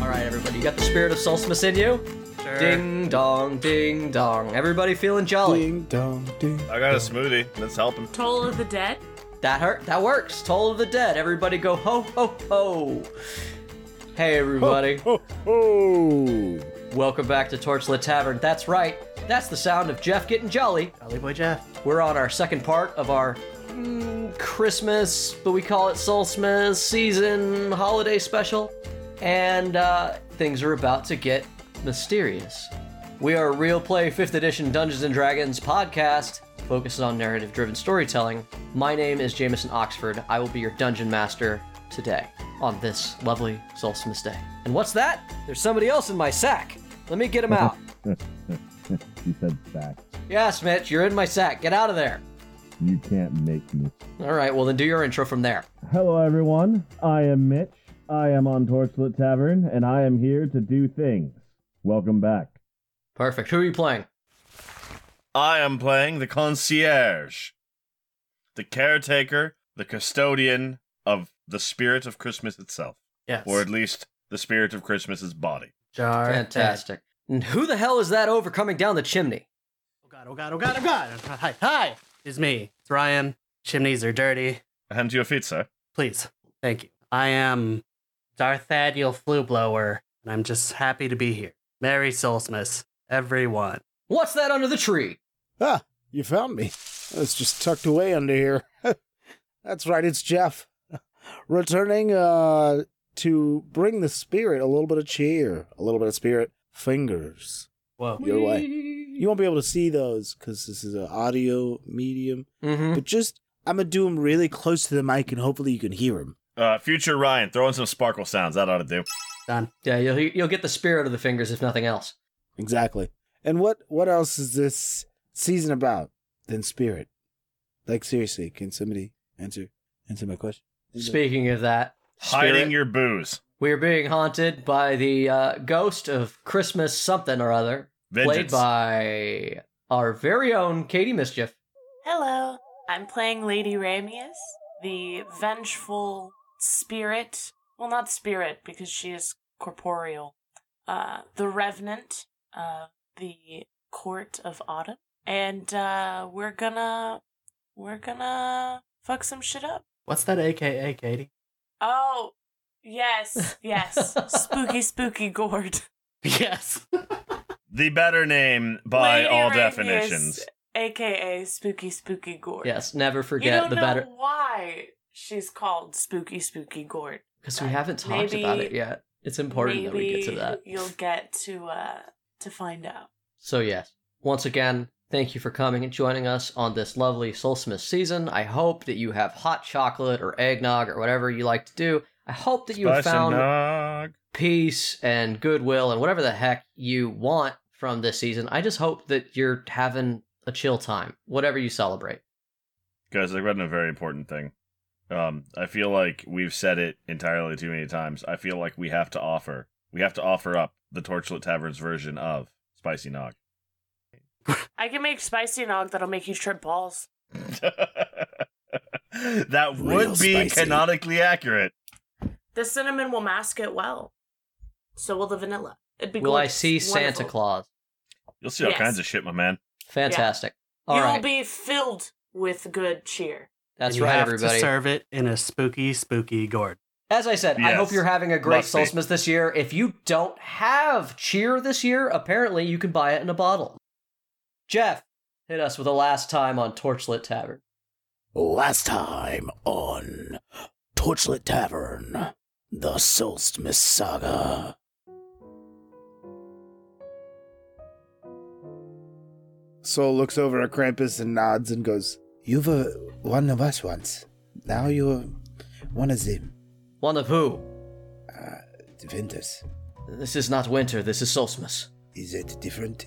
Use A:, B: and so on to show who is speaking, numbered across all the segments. A: All right, everybody, you got the spirit of Solstice in you?
B: Sure.
A: Ding dong, ding dong. Everybody feeling jolly.
C: Ding dong ding.
D: I got a smoothie. That's helping.
E: Toll of the Dead.
A: That hurt. That works. Toll of the dead. Everybody go ho ho ho. Hey everybody.
C: Oh, oh.
A: Welcome back to Torchlit Tavern. That's right. That's the sound of Jeff getting jolly.
B: Jolly boy Jeff.
A: We're on our second part of our mm, Christmas, but we call it Solstice season holiday special. And uh, things are about to get mysterious. We are a Real Play 5th Edition Dungeons and Dragons podcast focused on narrative driven storytelling. My name is Jameson Oxford. I will be your dungeon master today on this lovely Solstice Day. And what's that? There's somebody else in my sack. Let me get him out.
F: He said back.
A: yes, Mitch, you're in my sack. Get out of there.
F: You can't make me.
A: All right, well, then do your intro from there.
F: Hello, everyone. I am Mitch. I am on Torchlit Tavern, and I am here to do things. Welcome back.
A: Perfect. Who are you playing?
D: I am playing the concierge, the caretaker, the custodian of the spirit of Christmas itself,
B: Yes.
D: or at least the spirit of Christmas's body.
B: Jar.
A: Fantastic. And who the hell is that over coming down the chimney?
B: Oh god, oh god, oh god, oh god. Oh God. Hi, hi. It's me. It's Ryan. Chimneys are dirty.
D: I hand you a feet, sir.
B: Please. Thank you. I am Darthadiel Flublower, and I'm just happy to be here. Merry Solstice, everyone.
A: What's that under the tree?
C: Ah, you found me. It's just tucked away under here. That's right, it's Jeff. Returning uh to bring the spirit a little bit of cheer, a little bit of spirit fingers
B: Whoa.
C: your way. You won't be able to see those cuz this is an audio medium,
A: Mm-hmm.
C: but just I'm going to do them really close to the mic and hopefully you can hear them.
D: Uh, future Ryan, throw in some sparkle sounds. That ought to do.
B: Done.
A: Yeah, you'll, you'll get the spirit of the fingers, if nothing else.
C: Exactly. And what what else is this season about than spirit? Like seriously, can somebody answer answer my question?
A: Speaking of that,
D: Hiding
A: spirit,
D: your booze.
A: we are being haunted by the uh, ghost of Christmas something or other, played
D: Vengeance.
A: by our very own Katie Mischief.
E: Hello. I'm playing Lady Ramius, the vengeful spirit. Well, not spirit, because she is corporeal. Uh, the revenant of the court of autumn. And, uh, we're gonna, we're gonna fuck some shit up.
B: What's that AKA, Katie?
E: Oh, yes, yes. spooky, spooky gourd.
B: Yes.
D: The better name by
E: Lady
D: all
E: Ramius,
D: definitions.
E: AKA spooky, spooky gourd.
A: Yes, never
E: you
A: forget
E: don't
A: the
E: know
A: better
E: why she's called spooky spooky gourd
A: because we haven't talked
E: Maybe-
A: about it yet. It's important that we get to
E: Maybe
A: that.
E: you'll get to uh to find out
A: So, yes, once again, thank you for coming and joining us on this lovely Solstice season. I hope that you have hot chocolate or eggnog or whatever you like to do. I hope that you have
D: Spice and
A: found
D: nog.
A: peace and goodwill and whatever the heck you want from this season. I just hope that you're having a chill time, whatever you celebrate.
D: Guys, I read a very important thing. Um, I feel like we've said it entirely too many times. I feel like we have to offer, we have to offer up the Torchlit Tavern's version of spicy nog.
E: i can make spicy nog that'll make you trip balls
D: that
C: Real
D: would be
C: spicy.
D: canonically accurate.
E: the cinnamon will mask it well so will the vanilla it'd be
A: Will I
E: gorgeous.
A: see Santa
E: Wonderful.
A: Claus?
D: You'll see
E: Yes.
D: all kinds of shit, my man.
A: Fantastic. All
E: you'll
A: right.
E: be filled with good cheer
A: That's
B: And you
A: right,
B: have
A: everybody.
B: To serve it in a spooky, spooky gourd.
A: As I said, I
D: Yes.
A: hope you're having a great
D: Must be.
A: Solstice this year. If you don't have cheer this year, apparently you can buy it in a bottle. Jeff, hit us with a last time on Torchlit Tavern.
C: Last time on Torchlit Tavern, the Solstice Saga. Soul looks over at Krampus and nods and goes, You were one of us once. Now you're one of them,
A: One of who?
C: the Venters.
A: This is not winter. This is Solstice.
C: Is it different?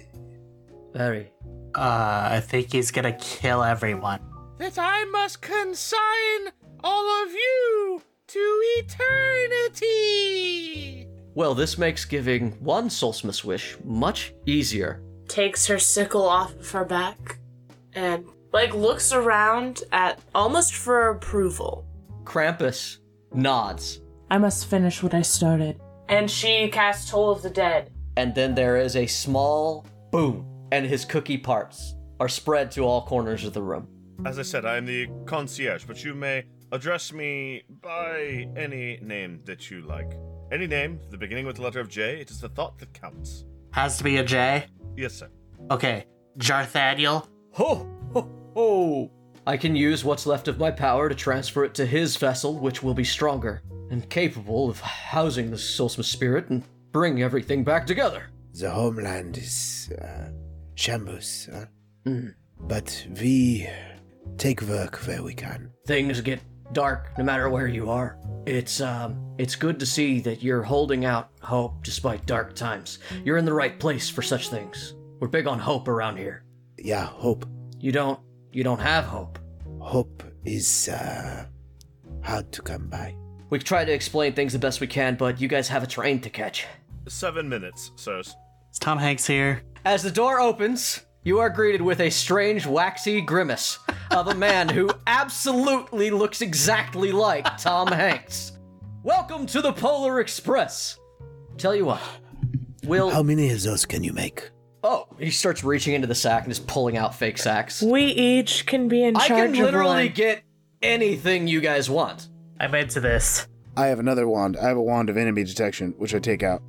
A: Very.
B: Uh, I think he's gonna kill everyone.
G: that I must consign all of you to eternity.
A: Well, this makes giving one Solstice wish much easier.
E: takes her sickle off of her back and like looks around at almost for approval
A: Krampus nods.
E: I must finish what I started and she casts Toll of the Dead.
A: and then there is a small boom, and his cookie parts are spread to all corners of the room.
D: As I said, I am the concierge, but you may address me by any name that you like. Any name, the beginning with the letter of J, it is the thought that counts.
B: Has to be a J.
D: Yes, sir.
B: Okay, Jarthadiel.
A: Ho, ho, ho! I can use what's left of my power to transfer it to his vessel, which will be stronger and capable of housing the Solstice spirit and bring everything back together.
C: The homeland is uh, shambles, huh? Mm. but we take work where we can.
A: Things get dark no matter where you are. It's um it's good to see that you're holding out hope despite dark times. You're in the right place for such things. We're big on hope around here.
C: Yeah, hope.
A: You don't you don't have hope.
C: Hope is uh, hard to come by.
A: We try to explain things the best we can, but you guys have a train to catch.
D: Seven minutes, sirs.
B: Is Tom Hanks here?
A: As the door opens, you are greeted with a strange, waxy grimace of a man who absolutely looks exactly like Tom Hanks. Welcome to the Polar Express. Tell you what, we'll.
C: How many of those can you make?
A: oh, he starts reaching into the sack and just pulling out fake sacks.
E: We each can be in
A: I
E: charge
A: can
E: of
A: literally
E: one.
A: get anything you guys want.
B: I'm into this.
C: I have another wand. I have a wand of enemy detection, which I take out,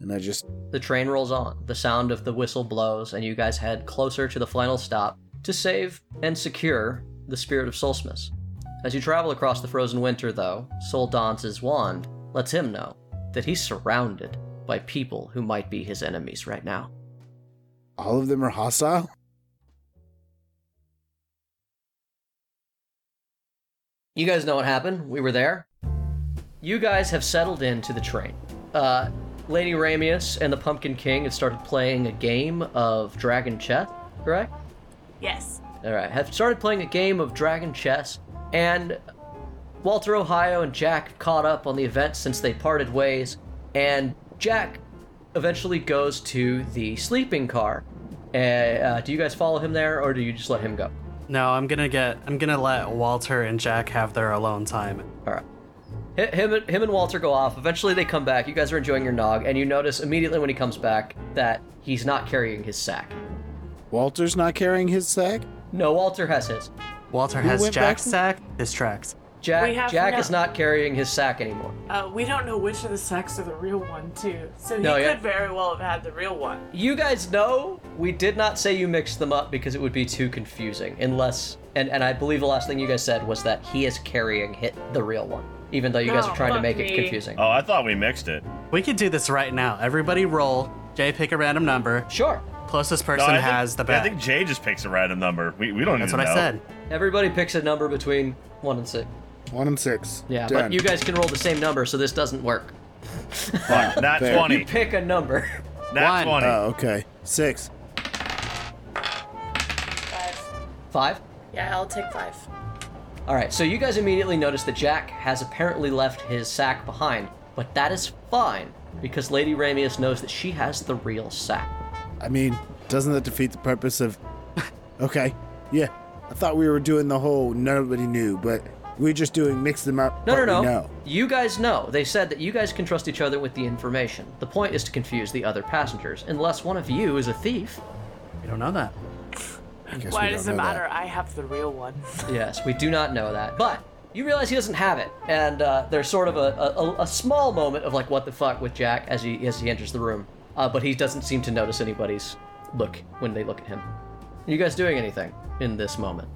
C: and I just
A: The train rolls on. The sound of the whistle blows, and you guys head closer to the final stop to save and secure the spirit of Solstice. As you travel across the frozen winter, though, Sol Dance's wand lets him know that he's surrounded by people who might be his enemies right now.
C: all of them are hostile.
A: You guys know what happened. We were there. You guys have settled into the train. Uh, Lady Ramius and the Pumpkin King have started playing a game of Dragon Chess, correct?
E: Yes.
A: All right, have started playing a game of Dragon Chess, and Walter Ohio and Jack have caught up on the event since they parted ways, and Jack eventually goes to the sleeping car. Uh, uh, do you guys follow him there, or do you just let him go?
B: No, I'm gonna get. I'm gonna let Walter and Jack have their alone time.
A: All right. Hi- Him, and- him and Walter go off. Eventually, they come back. You guys are enjoying your nog, and you notice immediately when he comes back that he's not carrying his sack.
C: Walter's not carrying his sack.
A: No, Walter has his.
B: Walter
C: Who
B: has
C: went
B: Jack's
C: back
B: sack. His tracks.
E: We
A: Jack,
E: have
A: Jack
E: no-
A: is not carrying his sack anymore.
E: Uh, we don't know which of the sacks are the real one, too. So he
A: No,
E: could
A: yeah.
E: very well have had the real one.
A: You guys know we did not say you mixed them up because it would be too confusing. Unless, and, and I believe the last thing you guys said was that he is carrying hit the real one, even though you guys
E: No,
A: are trying to
E: Oh, fuck
A: make it
E: me.
A: confusing.
D: Oh, I thought we mixed it.
B: We could do this right now. Everybody roll. Jay, pick a random number.
A: sure.
B: Closest
D: No,
B: person
D: I think-
B: has the
D: yeah, I
B: bag.
D: think Jay just picks a random number. We, we don't
B: That's
D: need
B: what
D: to
B: I
D: know.
B: said.
A: Everybody picks a number between one and six.
C: One and six.
A: Yeah,
C: Done.
A: but you guys can roll the same number, so this doesn't work.
D: Fuck, nat
C: Fair.
D: 20.
A: Pick a number.
D: Nat
B: One.
D: 20.
C: Oh, okay. Six.
E: Five.
A: Five.
E: Yeah, I'll take five.
A: All right, so you guys immediately notice that Jack has apparently left his sack behind, but that is fine because Lady Ramius knows that she has the real sack.
C: I mean, doesn't that defeat the purpose of. Okay. Yeah. I thought we were doing the whole nobody knew, but we're just doing mix them up.
A: No, no,
C: but
A: no.
C: we know.
A: You guys know. They said that you guys can trust each other with the information. The point is to confuse the other passengers, unless one of you is a thief.
B: We don't know that.
C: I guess
E: Why
C: we
E: does it
C: don't know that.
E: matter? I have the real one.
A: Yes, we do not know that. But you realize he doesn't have it, and uh, there's sort of a, a, a small moment of like, what the fuck with Jack as he as he enters the room. Uh, but he doesn't seem to notice anybody's look when they look at him. Are you guys doing anything in this moment?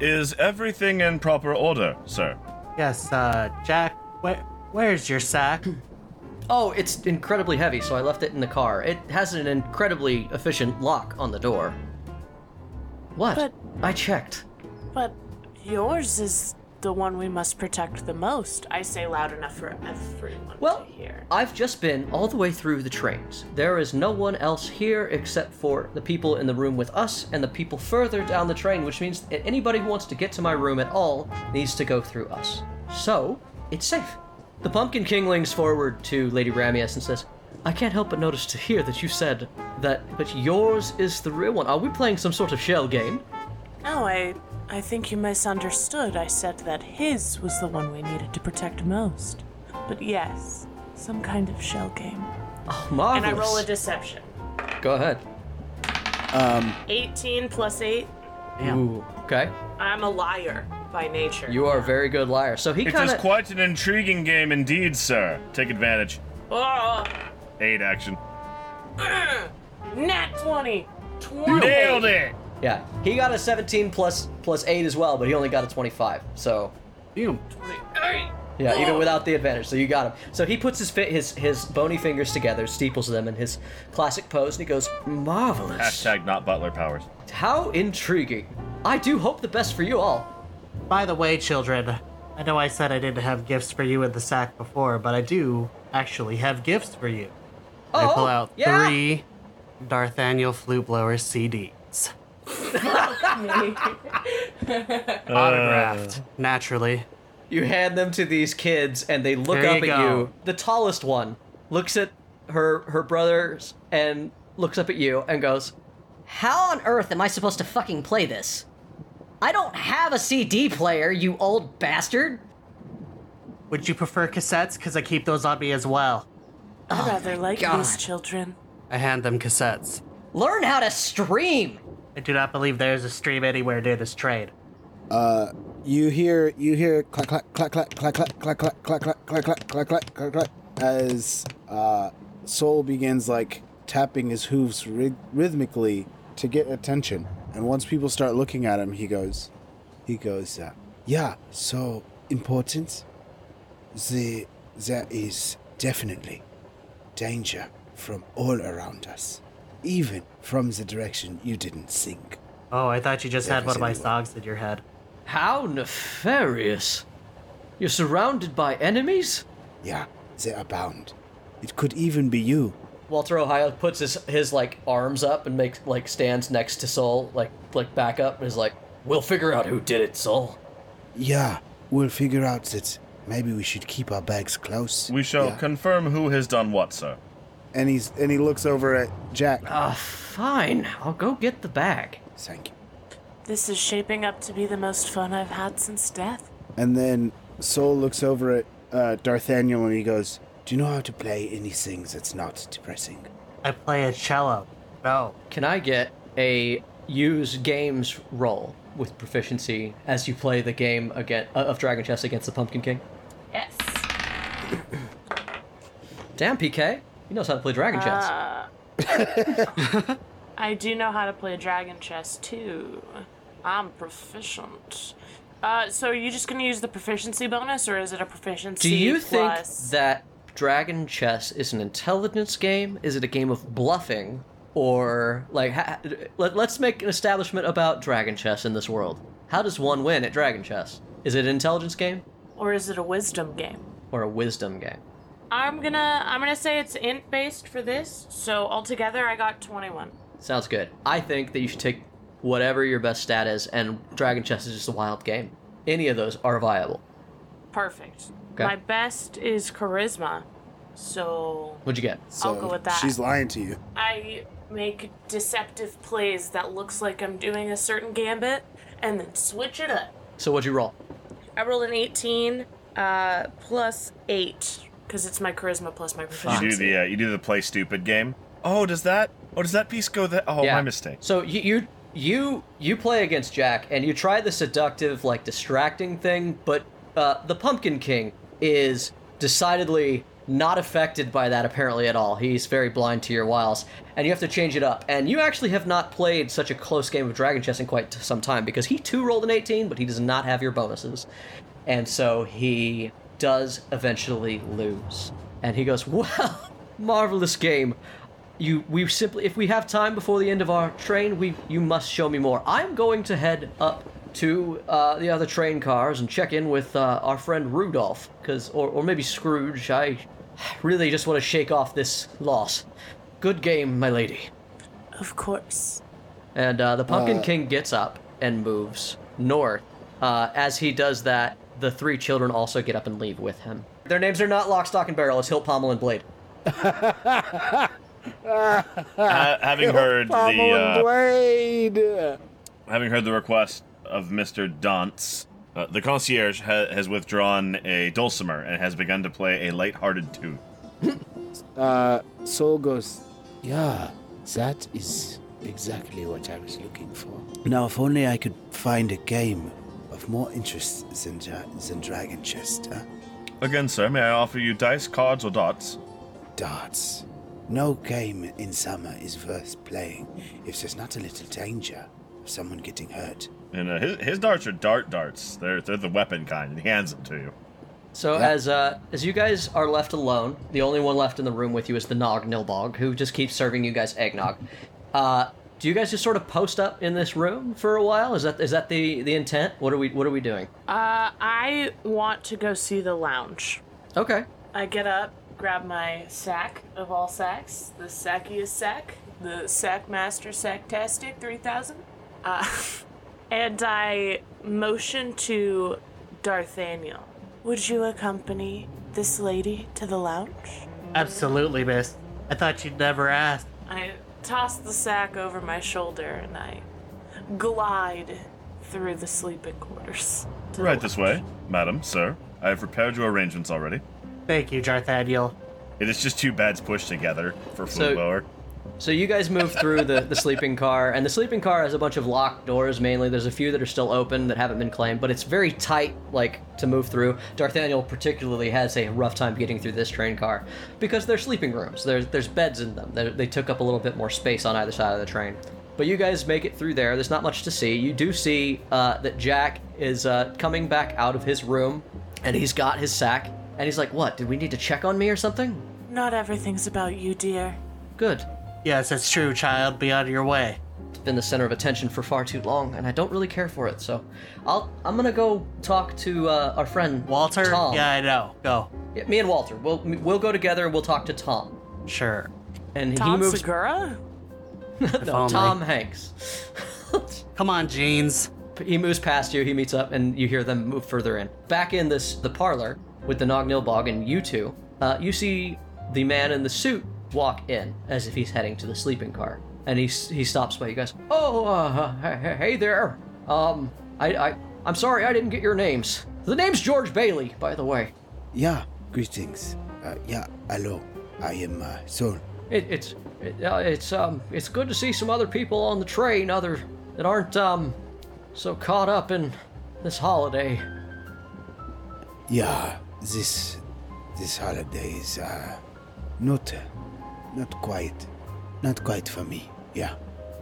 D: Is everything in proper order, sir?
B: Yes, uh, Jack. Where, where's your sack?
A: Oh, it's incredibly heavy, so I left it in the car. It has an incredibly efficient lock on the door. What?
E: But-
A: I checked.
E: But yours is the one we must protect the most. I say loud enough for everyone
A: Well,
E: to hear.
A: I've just been all the way through the trains. There is no one else here except for the people in the room with us and the people further down the train, which means that anybody who wants to get to my room at all needs to go through us. So, it's safe. The Pumpkin King leans forward to Lady Ramius and says, I can't help but notice to hear that you said that, but yours is the real one. Are we playing some sort of shell game?
E: No, I I think you misunderstood. I said that his was the one we needed to protect most. But yes, Some kind of shell game.
A: Oh, marvelous.
E: And I roll a deception.
A: Go ahead.
C: Um,
E: 18 plus 8.
B: Damn.
A: Ooh, okay.
E: I'm a liar by nature.
A: You are a very good liar. So he
D: It
A: kind
D: is
A: of
D: quite an intriguing game indeed, sir. Take advantage.
E: Oh,
D: Aid action.
E: nat 20. 20.
D: Nailed it!
A: yeah. He got a 17 plus plus eight as well, but he only got a 25. So
B: Damn.
A: Yeah, even without the advantage. So you got him. So he puts his fi- his his bony fingers together, steeples them in his classic pose, and he goes, "Marvelous!
D: Hashtag not butler powers.
A: How intriguing! I do hope the best for you all."
B: By the way, children, I know I said I didn't have gifts for you in the sack before, but I do actually have gifts for you. I pull out
A: yeah.
B: three Darthaniel flute blower CDs.
C: Uh.
B: Autographed, naturally.
A: You hand them to these kids, and they look
B: There
A: up
B: you
A: at
B: go.
A: you. The tallest one looks at her her brothers and looks up at you and goes,
H: How on earth am I supposed to fucking play this? I don't have a CD player, you old bastard.
B: Would you prefer cassettes? Because I keep those on me as well.
E: I rather like
A: Oh,
H: God.
E: these children.
B: I hand them cassettes.
H: Learn how to stream.
B: I do not believe there is a stream anywhere near this trade.
C: uh, you hear you hear clack clack clack clack clack clack clack clack clack clack clack clack clack clack clack clack as uh Soul begins like tapping his hooves ryth- rhythmically to get attention. And once people start looking at him, he goes, he goes, uh, yeah, so important. The there is definitely danger from all around us, even from the direction you didn't think.
B: Oh, I thought you just
C: Yeah,
B: had
C: I
B: one of
C: see
B: my
C: the-
B: songs in your head.
A: "How nefarious! You're surrounded by enemies."
C: Yeah, they abound. It could even be you.
A: Walter Ohio puts his his like arms up and makes like stands next to Sol, like like back up and is like, "We'll figure out who did it, Sol."
C: Yeah, we'll figure out that maybe we should keep our bags close.
D: We shall
C: Yeah.
D: confirm who has done what, sir.
C: and he's and he looks over at Jack.
E: Ah.
A: Uh, fine. I'll go get the bag.
C: Thank you.
E: This is shaping up to be the most fun I've had since death.
C: And then Soul looks over at uh, Darthaniel and he goes, "Do you know how to play anything that's not depressing?"
B: I play a cello. No.
A: Can I get a use games roll with proficiency as you play the game again uh, of Dragon Chess against the Pumpkin King?
E: Yes.
A: Damn, PK. He knows how to play Dragon Chess.
E: I do know how to play dragon chess too. I'm proficient. Uh, so are you just gonna use the proficiency bonus, or is it a proficiency?
A: Do you think
E: plus...
A: that Dragon Chess is an intelligence game? Is it a game of bluffing? Or, like, ha- let, let's make an establishment about Dragon Chess in this world. How does one win at Dragon Chess? Is it an intelligence game
E: or is it a wisdom game?
A: or a wisdom game?
E: I'm gonna I'm gonna say it's int based for this. So altogether, I got 21.
A: Sounds good. I think that you should take whatever your best stat is, and Dragon Chess is just a wild game. Any of those are viable.
E: Perfect.
A: Okay.
E: My best is charisma, so
A: What'd you get?
E: I'll go with that.
C: She's lying to you.
E: I make deceptive plays that looks like I'm doing a certain gambit, and then switch it up.
A: So what'd you roll?
E: I rolled an 18 uh, plus 8 because it's my charisma plus my proficiency.
D: You do the uh, you do the play stupid game. Oh, does that? Oh, does that piece go that? Oh, my mistake.
A: So you, you you you play against Jack, and you try the seductive, like distracting thing, but uh, the Pumpkin King is decidedly not affected by that apparently at all. He's very blind to your wiles, and you have to change it up. And you actually have not played such a close game of Dragon Chess in quite some time because he too rolled an 18, but he does not have your bonuses, and so he does eventually lose. And he goes, "Well, marvelous game." you we simply if we have time before the end of our train we you must show me more i'm going to head up to uh, the other train cars and check in with uh, our friend rudolph because or, or maybe scrooge i really just want to shake off this loss good game my lady
E: Of course.
A: and uh, the Pumpkin King gets up and moves north. Uh, as he does that, the three children also get up and leave with him. Their names are not Lock, Stock, and Barrel. It's Hilt, Pommel, and Blade.
D: Ha- Uh, having heard the
C: Pommel and
D: uh,
C: Blade.
D: having heard the request of Mister Dance, uh, the concierge ha- has withdrawn a dulcimer and has begun to play a light-hearted tune.
C: Uh, Soul goes, Yeah, that is exactly what I was looking for. Now, if only I could find a game of more interest than, dra- than Dragon Chest, huh?
D: Again, sir, may I offer you dice, cards, or dots?
C: Darts. No game in summer is worth playing if there's not a little danger of someone getting hurt.
D: And uh, his, his darts are dart darts. They're they're the weapon kind, and he hands them to you.
A: So
C: Yeah.
A: as uh, as you guys are left alone, the only one left in the room with you is the Nog Nilbog, who just keeps serving you guys eggnog. Uh, do you guys just sort of post up in this room for a while? Is that is that the the intent? What are we what are we doing?
E: Uh, I want to go see the lounge.
A: Okay.
E: I get up, grab my sack of all sacks, the sackiest sack, the sack master sacktastic 3000, uh, and I motion to Darthaniel. Would you accompany this lady to the lounge?
B: Absolutely, miss. I thought you'd never ask.
E: I toss the sack over my shoulder and I glide through the sleeping quarters. to the
D: Right this
E: lounge.
D: way, madam, sir. I have prepared your arrangements already.
B: Thank you, Jarthadiel.
D: It is just two beds pushed together for
A: So-
D: food lower.
A: So you guys move through the, the sleeping car, and the sleeping car has a bunch of locked doors mainly. There's a few that are still open that haven't been claimed, but it's very tight, like, to move through. Darth Daniel particularly has a rough time getting through this train car because they're sleeping rooms. There's, there's beds in them. they they took up a little bit more space on either side of the train. But you guys make it through there. There's not much to see. You do see uh, that Jack is uh, coming back out of his room, and he's got his sack, and he's like, What? Did we need to check on me or something?
E: Not everything's about you, dear.
A: Good.
B: Yes, it's true, child. Be out of your way.
A: been the center of attention for far too long, and I don't really care for it. So, I'll I'm gonna go talk to uh, our friend
B: Walter?
A: Tom.
B: Yeah, I know. Go.
A: Yeah, me and Walter. We'll we'll go together and we'll talk to Tom.
B: Sure.
A: And
E: Tom
A: he moves.
E: Segura?
B: If
A: no,
B: only.
A: Tom Hanks.
B: Come on, jeans.
A: he moves past you. He meets up, and you hear them move further in. Back in this the parlor with the Nognilbog and you two, uh, you see the man in the suit walk in as if he's heading to the sleeping car, and he s- he stops by you guys. Oh, uh, he- he- hey there. Um, I I I'm sorry I didn't get your names. The name's George Bailey, by the way.
C: Yeah, greetings. Uh, yeah, hello. I am uh, Soul.
A: It, it's it, uh, it's um it's good to see some other people on the train other that aren't um so caught up in this holiday.
C: Yeah, this this holiday is uh, not uh, not quite not quite for me. Yeah.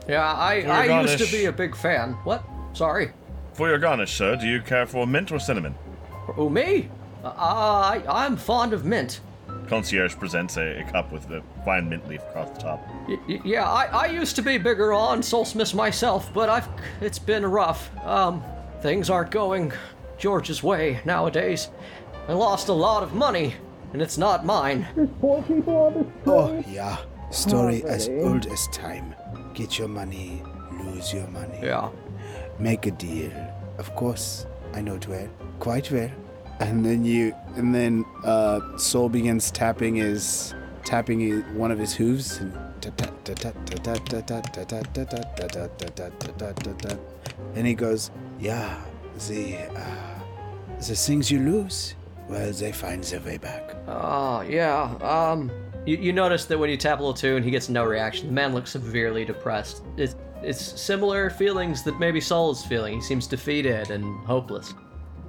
A: Yeah, I,
D: Dear
A: I used to
D: Ganesh.
A: be a big fan. What? Sorry.
D: For your garnish, sir, do you care for mint or cinnamon?
A: Oh, me? Uh, I, I'm fond of mint.
D: Concierge presents a, a cup with the fine mint leaf across the top.
A: Y- y- yeah, I, I used to be bigger on Solstice myself, but I've it's been rough. Um, things aren't going George's way nowadays. I lost a lot of money, and it's not mine.
F: There's poor people on this
C: Oh
F: train.
C: yeah. Story as
F: Already?
C: old as time. Get your money, lose your money.
A: Yeah.
C: Make a deal. Of course, I know it well, quite well. And then you, and then uh, Soul begins tapping his, tapping his, one of his hooves. And and he goes, yeah, the uh, the things you lose, well, they find their way back.
A: Oh, yeah. Um, you, you notice that when you tap a little two and he gets no reaction, the man looks severely depressed. It's it's similar feelings that maybe Saul is feeling. He seems defeated and hopeless.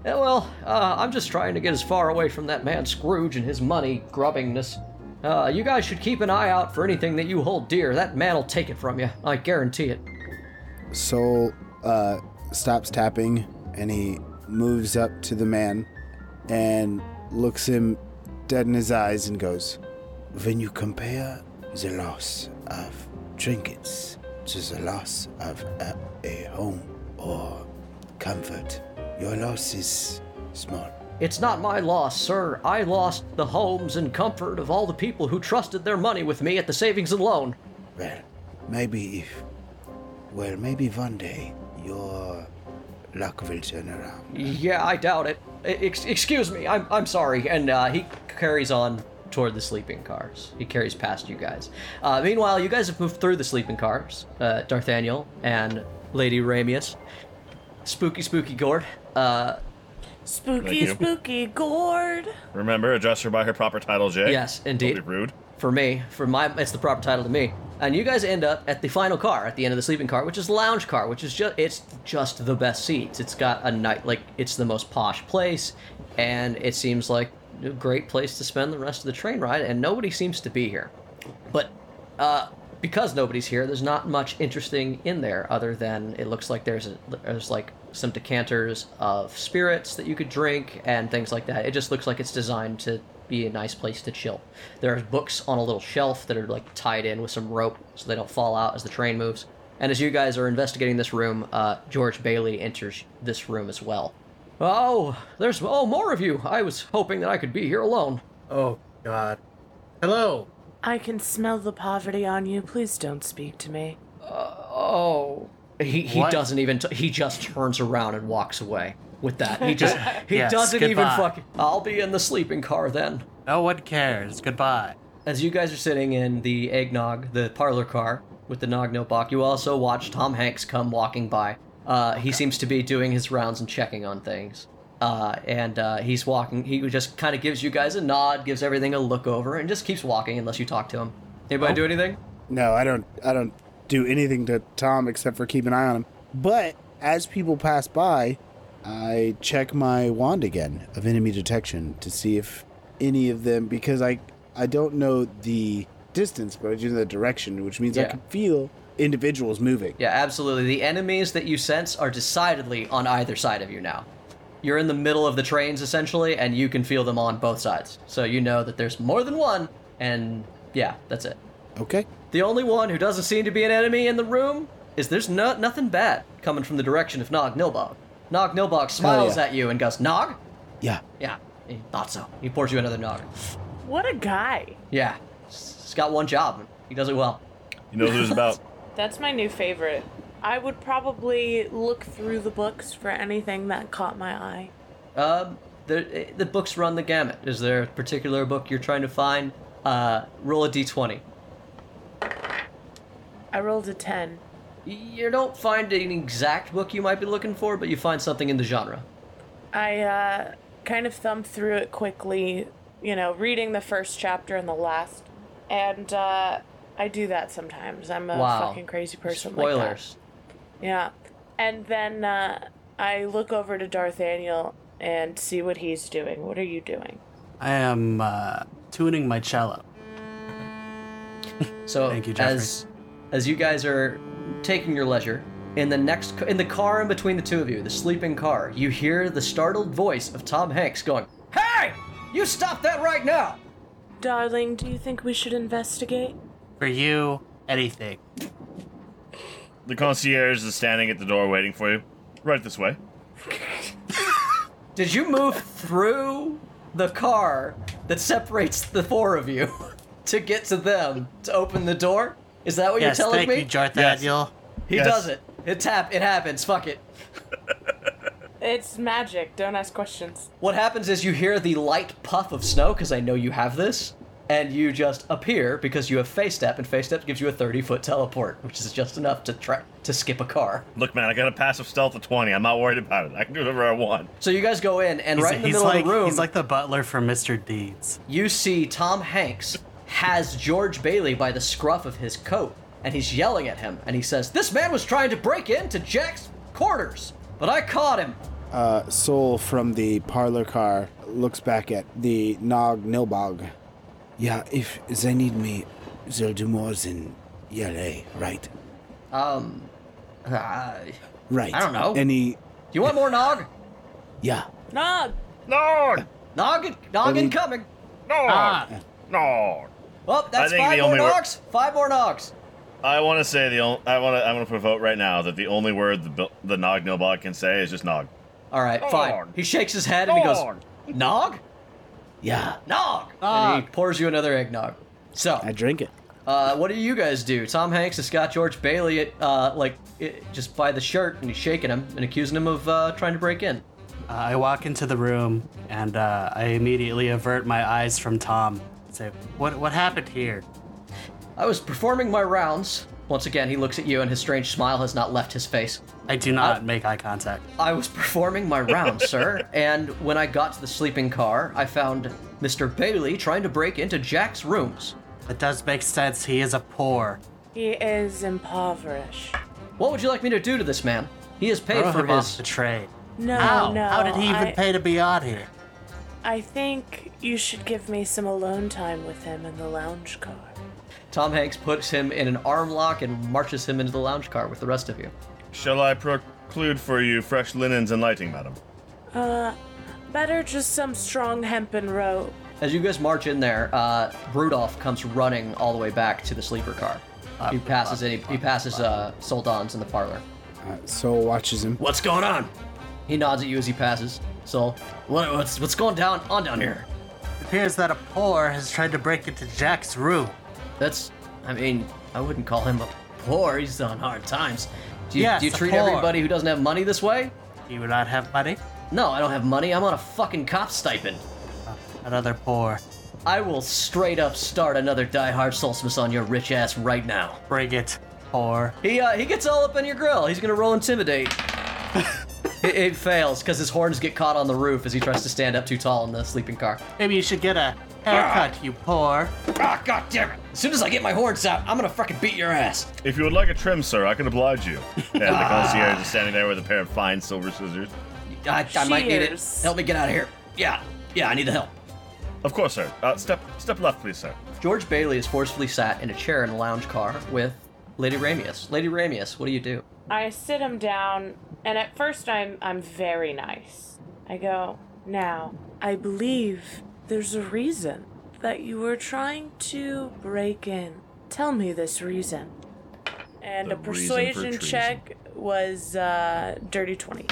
A: Eh, well, uh, I'm just trying to get as far away from that man Scrooge and his money grubbingness. Uh, you guys should keep an eye out for anything that you hold dear. That man'll take it from you. I guarantee it.
C: Soul uh, stops tapping and he moves up to the man and looks him dead in his eyes and goes, When you compare the loss of trinkets to the loss of a, a home or comfort, your loss is small.
A: It's not my loss, sir. I lost the homes and comfort of all the people who trusted their money with me at the savings and loan.
C: Well, maybe if. Well, maybe one day your luck will turn around.
A: Yeah, I doubt it. E- Ex- excuse me, I'm, I'm sorry. And uh, he carries on toward the sleeping cars. He carries past you guys. Uh, meanwhile, you guys have moved through the sleeping cars. Uh, Darthaniel and Lady Ramius. Spooky, spooky gourd. Uh,
E: Spooky,
D: Thank you.
E: spooky gourd.
D: Remember, address her by her proper title, Jay.
A: Yes,
D: Don't
A: indeed.
D: be rude.
A: for me, for my, it's the proper title to me. And you guys end up at the final car, at the end of the sleeping car, which is the lounge car, which is just, it's just the best seats. It's got a night, like, it's the most posh place, and it seems like a great place to spend the rest of the train ride, and nobody seems to be here. But, uh, because nobody's here, there's not much interesting in there other than it looks like there's a, there's like some decanters of spirits that you could drink and things like that. It just looks like it's designed to be a nice place to chill. There are books on a little shelf that are like tied in with some rope so they don't fall out as the train moves. And as you guys are investigating this room, uh, George Bailey enters this room as well. Oh, there's oh more of you. I was hoping that I could be here alone.
B: Oh, God. Hello.
E: I can smell the poverty on you. Please don't speak to me.
A: Oh. He, he
B: What?
A: doesn't even. T- he just turns around and walks away with that. He just. He
B: Yes,
A: doesn't even
B: goodbye.
A: fucking. I'll be in the sleeping car then.
B: No one cares. Goodbye.
A: As you guys are sitting in the eggnog, the parlor car with the Nogno Bach, you also watch Tom Hanks come walking by. Uh, he seems to be doing his rounds and checking on things. Uh, and uh, he's walking. He just kind of gives you guys a nod, gives everything a look over, and just keeps walking unless you talk to him. Anybody
B: Oh.
A: do anything?
C: No, I don't. I don't do anything to Tom except for keep an eye on him. But as people pass by, I check my wand again of enemy detection to see if any of them, because I I don't know the distance, but I do know the direction, which means I
A: Yeah.
C: can feel individuals moving.
A: Yeah, absolutely. The enemies that you sense are decidedly on either side of you now. You're in the middle of the trains, essentially, and you can feel them on both sides. So you know that there's more than one, and yeah, that's it.
C: Okay.
A: The only one who doesn't seem to be an enemy in the room is there's no, nothing bad coming from the direction of Nog Nilbog. Nog Nilbog smiles
C: yeah.
A: at you and goes, Nog?
C: Yeah.
A: Yeah, he thought so. He pours you another Nog.
E: What a guy.
A: Yeah, he's got one job. He does it well.
D: He knows what it's about.
E: That's my new favorite. I would probably look through the books for anything that caught my eye.
A: Um, the the books run the gamut. Is there a particular book you're trying to find? Uh, roll a d20.
E: I rolled a 10.
A: You don't find an exact book you might be looking for, but you find something in the genre.
E: I uh, kind of thumbed through it quickly, you know, reading the first chapter and the last. And uh, I do that sometimes. I'm a
A: wow,
E: fucking crazy person. like that.
A: Spoilers.
E: Yeah. And then uh, I look over to Darth Daniel and see what he's doing. What are you doing?
B: I am uh, tuning my cello.
A: So
B: Thank you, Jeffrey.
A: as as you guys are taking your leisure in the next in the car in between the two of you, the sleeping car, you hear the startled voice of Tom Hanks going, "Hey, you stop that right now!"
E: Darling, do you think we should investigate?
B: For you, anything.
D: The concierge is standing at the door waiting for you. Right this way.
A: Did you move through the car that separates the four of you to get to them to open the door? Is that what
B: yes,
A: you're telling
B: thank
A: me?
B: you, Jarth
D: Yes.
B: Daniel.
A: he
D: Yes.
A: does it. It's hap- it happens. Fuck it.
E: It's magic. Don't ask questions.
A: What happens is you hear the light puff of snow because I know you have this, and you just appear because you have face step, and face step gives you a thirty foot teleport, which is just enough to tra- to skip a car.
D: Look, man, I got a passive stealth of 20. I'm not worried about it. I can do whatever I want.
A: So you guys go in, and
B: He's,
A: right in the
B: he's
A: middle
B: like
A: of the room,
B: he's like the butler for Mr. Deeds.
A: you see Tom Hanks has George Bailey by the scruff of his coat, and he's yelling at him, and he says, This man was trying to break into Jack's quarters, but I caught him.
C: Uh, Soul from the parlor car looks back at the Nog Nilbog. Yeah, if they need me, they'll do more than yell, right?
A: Um, uh,
C: Right.
A: I don't know.
C: Any?
A: you want more Nog?
C: Yeah.
E: No!
D: No!
A: Nog, Nog
C: mean-
A: incoming.
D: No!
B: Ah,
D: No!
A: Well, that's
D: think
A: five
D: the
A: more
D: only wor-
A: Nogs. Five more Nogs.
D: I want to say the only, I want to I want to provoke right now that the only word the Bil- the Nog Nilbog can say is just Nog.
A: All right,
D: Nog.
A: fine. He shakes his head and he goes,
D: Nog.
A: Nog?
C: Yeah.
A: Nog! And he
B: Nog.
A: pours you another eggnog. So,
C: I drink it.
A: Uh, what do you guys do? Tom Hanks has got George Bailey, uh, like, it, just by the shirt, and he's shaking him and accusing him of uh, trying to break in.
B: Uh, I walk into the room and uh, I immediately avert my eyes from Tom. Say, what what happened here?
A: I was performing my rounds. Once again, he looks at you, and his strange smile has not left his face.
B: I do not make eye contact.
A: I was performing my round, sir, and when I got to the sleeping car, I found Mr. Bailey trying to break into Jack's rooms.
B: It does make sense. He is a poor.
E: He is impoverished.
A: What would you like me to do to this man? He has paid
B: Throw
A: for
B: him off
A: his.
B: the train.
E: No,
B: How?
E: no.
B: How did he even
E: I,
B: pay to be on here?
E: I think you should give me some alone time with him in the lounge car.
A: Tom Hanks puts him in an arm lock and marches him into the lounge car with the rest of you.
D: Shall I preclude for you fresh linens and lighting, madam?
E: Uh, better just some strong hempen rope.
A: As you guys march in there, uh, Rudolph comes running all the way back to the sleeper car. Uh, he passes any. He passes uh, Soldan's in the parlor.
C: Uh, Sol watches him.
A: What's going on? He nods at you as he passes. Sol, what, what's what's going down on down here?
B: It appears that a poor has tried to break into Jack's room.
A: That's, I mean, I wouldn't call him a poor. He's on hard times. Do you,
B: Yes,
A: do you
B: a
A: treat
B: poor.
A: everybody who doesn't have money this way?
B: He would not have money.
A: No, I don't have money. I'm on a fucking cop stipend.
B: Another poor.
A: I will straight up start another Die Hard Solstice on your rich ass right now.
B: Bring it, poor.
A: He uh, he gets all up in your grill. He's gonna roll intimidate. it, it fails because his horns get caught on the roof as he tries to stand up too tall in the sleeping car.
B: Maybe you should get a haircut, you poor.
A: Ah, god damn it! As soon as I get my horns out, I'm gonna fucking beat your ass.
D: If you would like a trim, sir, I can oblige you. And the concierge is standing there with a pair of fine silver scissors.
A: I, I might need it.
E: Cheers.
A: Help me get out of here. Yeah, yeah, I need the help.
D: Of course, sir. Uh, step, step left, please, sir.
A: George Bailey is forcefully sat in a chair in a lounge car with Lady Ramius. Lady Ramius, what do you do?
E: I sit him down, and at first I'm I'm very nice. I go, "Now, I believe there's a reason that you were trying to break in. Tell me this reason." And
D: The reason
E: a
D: for
E: persuasion
D: treason.
E: check was uh dirty 20.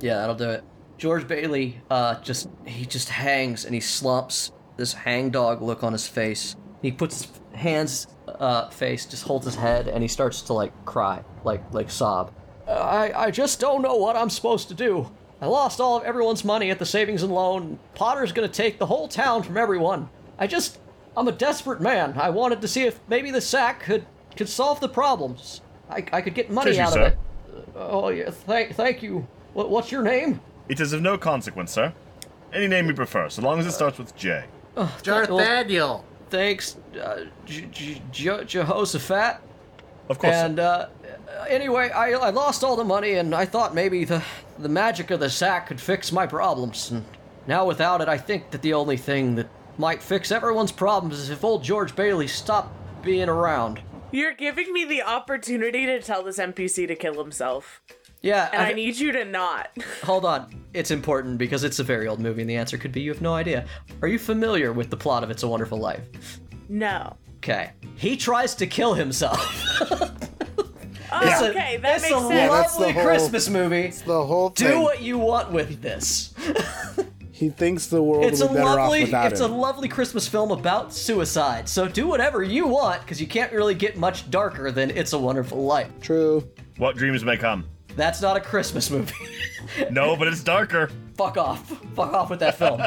A: Yeah, that'll do it. George Bailey, uh, just he just hangs and he slumps. This hangdog look on his face. He puts his hands, uh, face, just holds his head, and he starts to like cry, like like sob. I Uh, I just don't know what I'm supposed to do. I lost all of everyone's money at the savings and loan. Potter's gonna take the whole town from everyone. I just I'm a desperate man. I wanted to see if maybe the sack could could solve the problems. I, I could get money
D: Tissue,
A: out
D: sir.
A: of it. Oh yeah, thank thank you. What, what's your name?
D: It is of no consequence, sir. Any name you prefer, so long as it starts with J.
B: Jarthaniel.
A: Thanks, uh, J- J- J- Jehoshaphat.
D: Of course. sir.
A: And uh, anyway, I, I lost all the money, and I thought maybe the the magic of the sack could fix my problems. And now without it, I think that the only thing that might fix everyone's problems is if old George Bailey stopped being around.
E: You're giving me the opportunity to tell this NPC to kill himself,
A: Yeah,
E: and I need you to not.
A: hold on. It's important because it's a very old movie, and the answer could be you have no idea. Are you familiar with the plot of It's a Wonderful Life?
E: no.
A: Okay. He tries to kill himself.
E: Oh,
A: It's a-
E: okay, that
A: it's
E: makes
A: a
E: sense.
C: Yeah, that's the
A: lovely
C: whole-
A: Christmas movie.
C: The whole
A: Do
C: thing.
A: what you want with this.
C: He thinks the world
A: It's a
C: will be better
A: lovely,
C: off without
A: it's a
C: him.
A: lovely Christmas film about suicide. So do whatever you want, because you can't really get much darker than "It's a Wonderful Life."
C: True.
D: what dreams may come?
A: That's not a Christmas movie.
D: No, but it's darker.
A: Fuck off. Fuck off with that film.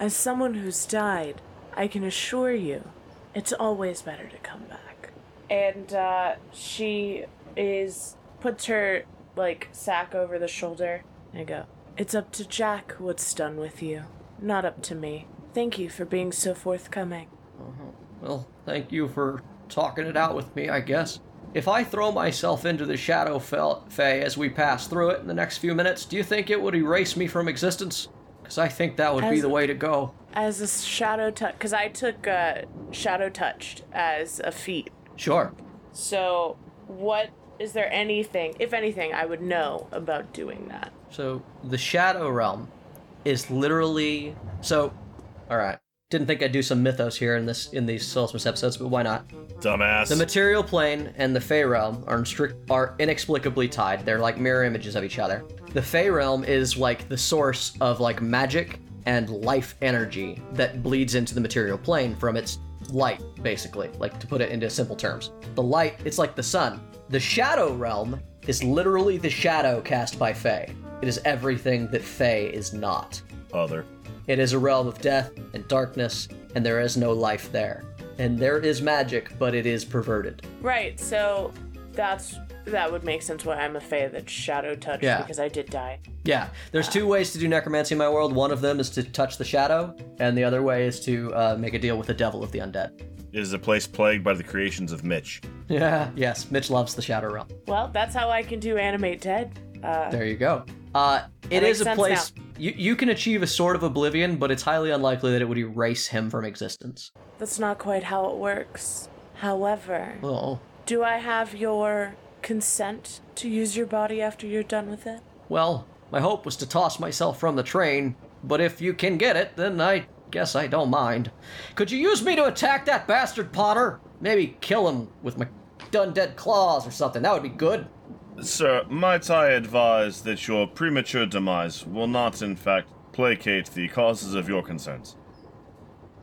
E: As someone who's died, I can assure you, it's always better to come back. And uh, she is puts her like sack over the shoulder and I go. It's up to Jack what's done with you, not up to me. Thank you for being so forthcoming.
A: Well, thank you for talking it out with me, I guess. If I throw myself into the shadow fel- fey as we pass through it in the next few minutes, do you think it would erase me from existence? Because I think that would be
E: As-
A: the way to go.
E: As a shadow touch, because I took uh, shadow touched as a feat.
A: Sure.
E: So, what is there anything, if anything, I would know about doing that?
A: So the shadow realm is literally so. All right, didn't think I'd do some mythos here in this in these Solstice episodes, but why not?
D: Dumbass.
A: The material plane and the Fey realm are, instric- are inexplicably tied. They're like mirror images of each other. The Fey realm is like the source of like magic and life energy that bleeds into the material plane from its light, basically. Like to put it into simple terms, the light it's like the sun. The shadow realm is literally the shadow cast by Fey. It is everything that Fey is not.
D: Other.
A: It is a realm of death and darkness, and there is no life there. And there is magic, but it is perverted.
E: Right, so That's that would make sense why I'm a fae that shadow touch
A: Yeah.
E: because I did die.
A: Yeah, there's two ways to do necromancy in my world. One of them is to touch the shadow, and the other way is to uh, make a deal with the devil of the undead.
D: It is a place plagued by the creations of Mitch.
A: Yeah, yes, Mitch loves the shadow realm.
E: Well, that's how I can do animate Ted. Uh,
A: There you go. Uh, it
E: makes
A: is a
E: sense
A: place you, you can achieve a sort of oblivion, but it's highly unlikely that it would erase him from existence.
E: that's not quite how it works. However,
A: Oh,
E: do I have your consent to use your body after you're done with it?
A: well, my hope was to toss myself from the train, but if you can get it, then I guess I don't mind. Could you use me to attack that bastard Potter? Maybe kill him with my undead claws or something. That would be good.
D: Sir, might I advise that your premature demise will not, in fact, placate the causes of your concerns?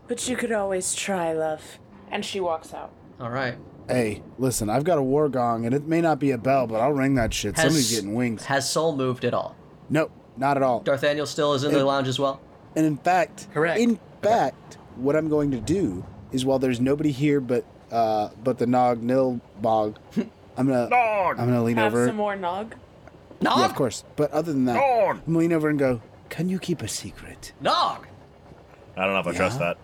E: But you could always try, love. And she walks out.
A: All right.
C: Hey, listen, I've got a war gong, and it may not be a bell, but I'll ring that shit. Somebody's getting wings.
A: Has Soul moved at all?
C: Nope, not at all.
A: Darth Daniel still is in the
C: It-
A: lounge as well?
C: And in fact,
B: Correct.
C: In fact, what I'm going to do is while there's nobody here but uh but the Nog Nil Bog, I'm gonna
D: Dog!
C: I'm gonna lean
E: Have
C: over.
E: some more nog.
A: Nog!
C: Yeah, of course. But other than that,
D: Dog!
C: I'm gonna lean over and go. Can you keep a secret?
A: Nog!
D: I don't know if I trust that.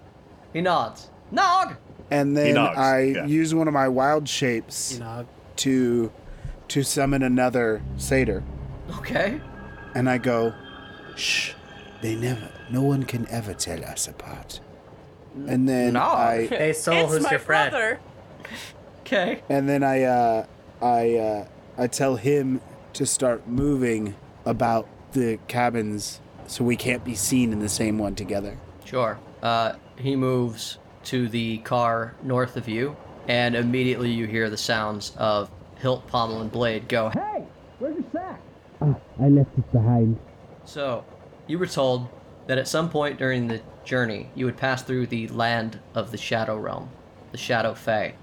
A: He nods. Nog!
C: And then
D: nods,
C: I
D: yeah.
C: use one of my wild shapes
B: You know,
C: to to summon another satyr,
A: Okay.
C: and I go, "Shh, they never. No one can ever tell us apart." And then
A: Nog.
C: I
B: hey, Soul,
E: it's
B: Oh, who's
E: my
B: your friend?
E: brother.
A: Okay.
C: And then I, uh, I, uh, I tell him to start moving about the cabins so we can't be seen in the same one together.
A: Sure. Uh, he moves to the car north of you, and immediately you hear the sounds of hilt, pommel, and blade go.
F: Hey, where's your sack? Ah, I left it behind.
A: So, you were told that at some point during the journey, you would pass through the land of the Shadow Realm, the Shadow Fae.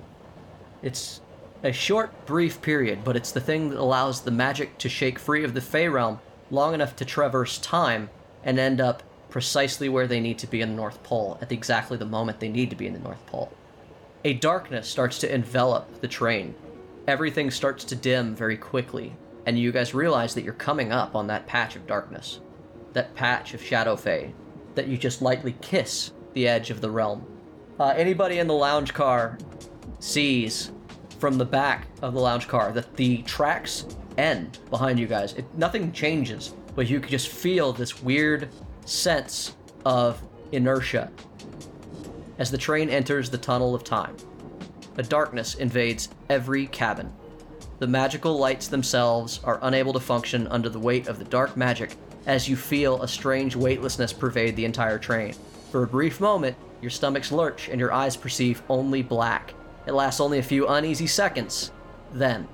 A: It's a short, brief period, but it's the thing that allows the magic to shake free of the Fae Realm long enough to traverse time and end up precisely where they need to be in the North Pole at exactly the moment they need to be in the North Pole. A darkness starts to envelop the train. Everything starts to dim very quickly, and you guys realize that you're coming up on that patch of darkness, that patch of shadow fade, that you just lightly kiss the edge of the realm. Uh, anybody in the lounge car sees from the back of the lounge car that the tracks end behind you guys. It, nothing changes, but you can just feel this weird sense of inertia as the train enters the tunnel of time. A darkness invades every cabin. The magical lights themselves are unable to function under the weight of the dark magic as you feel a strange weightlessness pervade the entire train. For a brief moment, your stomachs lurch and your eyes perceive only black. It lasts only a few uneasy seconds. Then,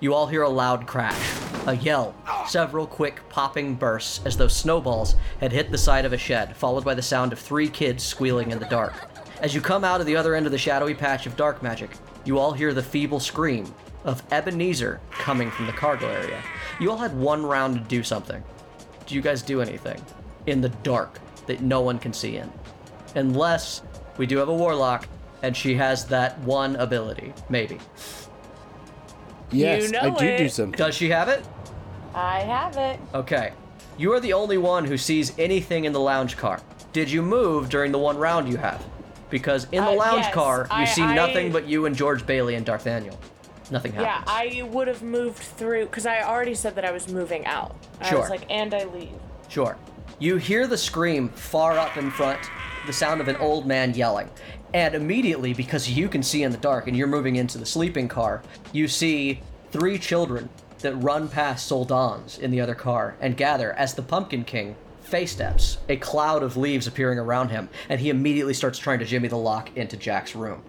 A: you all hear a loud crash, a yell, several quick popping bursts as though snowballs had hit the side of a shed, followed by the sound of three kids squealing in the dark. As you come out of the other end of the shadowy patch of dark magic, you all hear the feeble scream of Ebenezer coming from the cargo area. You all had one round to do something. Do you guys do anything in the dark that no one can see in? Unless we do have a warlock and she has that one ability, maybe.
C: Yes,
E: know
C: I do do
E: it.
C: something.
A: Does she have it?
E: I have it.
A: Okay. You are the only one who sees anything in the lounge car. Did you move during the one round you have? Because in the
E: Uh,
A: lounge
E: yes.
A: car, you
E: I-
A: see
E: I-
A: nothing but you and George Bailey and Darth Daniel. Nothing
E: Yeah,
A: happens.
E: I would have moved through because I already said that I was moving out. I
A: Sure.
E: was like, and I leave.
A: Sure. You hear the scream far up in front, the sound of an old man yelling. And immediately, because you can see in the dark and you're moving into the sleeping car, you see three children that run past Soldans in the other car and gather as the Pumpkin King face steps, a cloud of leaves appearing around him, and he immediately starts trying to jimmy the lock into Jack's room.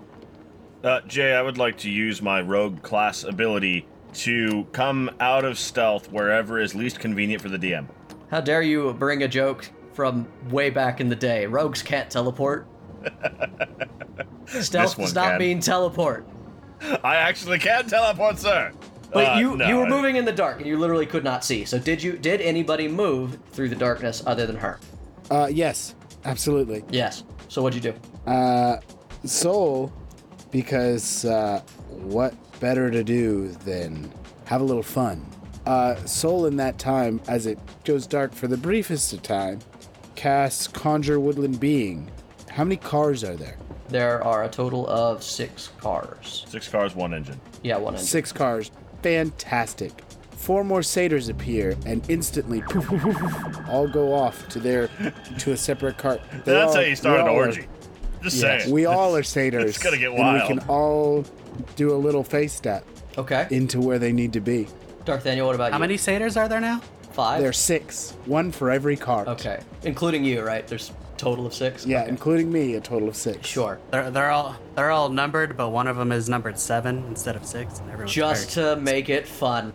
D: Uh, Jay, I would like to use my rogue class ability to come out of stealth wherever is least convenient for the DM.
A: How dare you bring a joke from way back in the day? Rogues can't teleport. Stealth
D: one
A: does not
D: can.
A: mean teleport.
D: I actually can teleport, sir.
A: But
D: Uh,
A: you
D: no,
A: you were
D: I-
A: moving in the dark and you literally could not see. So did you did anybody move through the darkness other than her?
C: Uh, yes, absolutely.
A: Yes. So what'd you do?
C: Uh, soul, because uh, what better to do than have a little fun. Uh, Soul, in that time, as it goes dark for the briefest of time, casts Conjure Woodland Being. How many cars are there?
A: There are a total of six cars.
D: Six cars, one engine.
A: Yeah, one engine.
C: Six cars. Fantastic. Four more satyrs appear and instantly poof, poof, poof, poof, all go off to their to a separate cart. They
D: That's
C: all-
D: how
C: we
D: you start an
C: all are-
D: orgy. Just saying.
C: We all are satyrs.
D: it's gonna get
C: And
D: wild.
C: we can all do a little face step
A: Okay.
C: into where they need to be.
A: Dark Daniel, what about
B: How
A: you?
B: many satyrs are there now?
A: Five?
C: There's six, one for every cart.
A: Okay. Including you, right? There's total of six?
C: Yeah,
A: Okay.
C: including me, a total of six.
A: Sure.
B: They're, they're all they're all numbered, but one of them is numbered seven instead of six, and everyone's
A: Just
B: very-
A: to make it fun.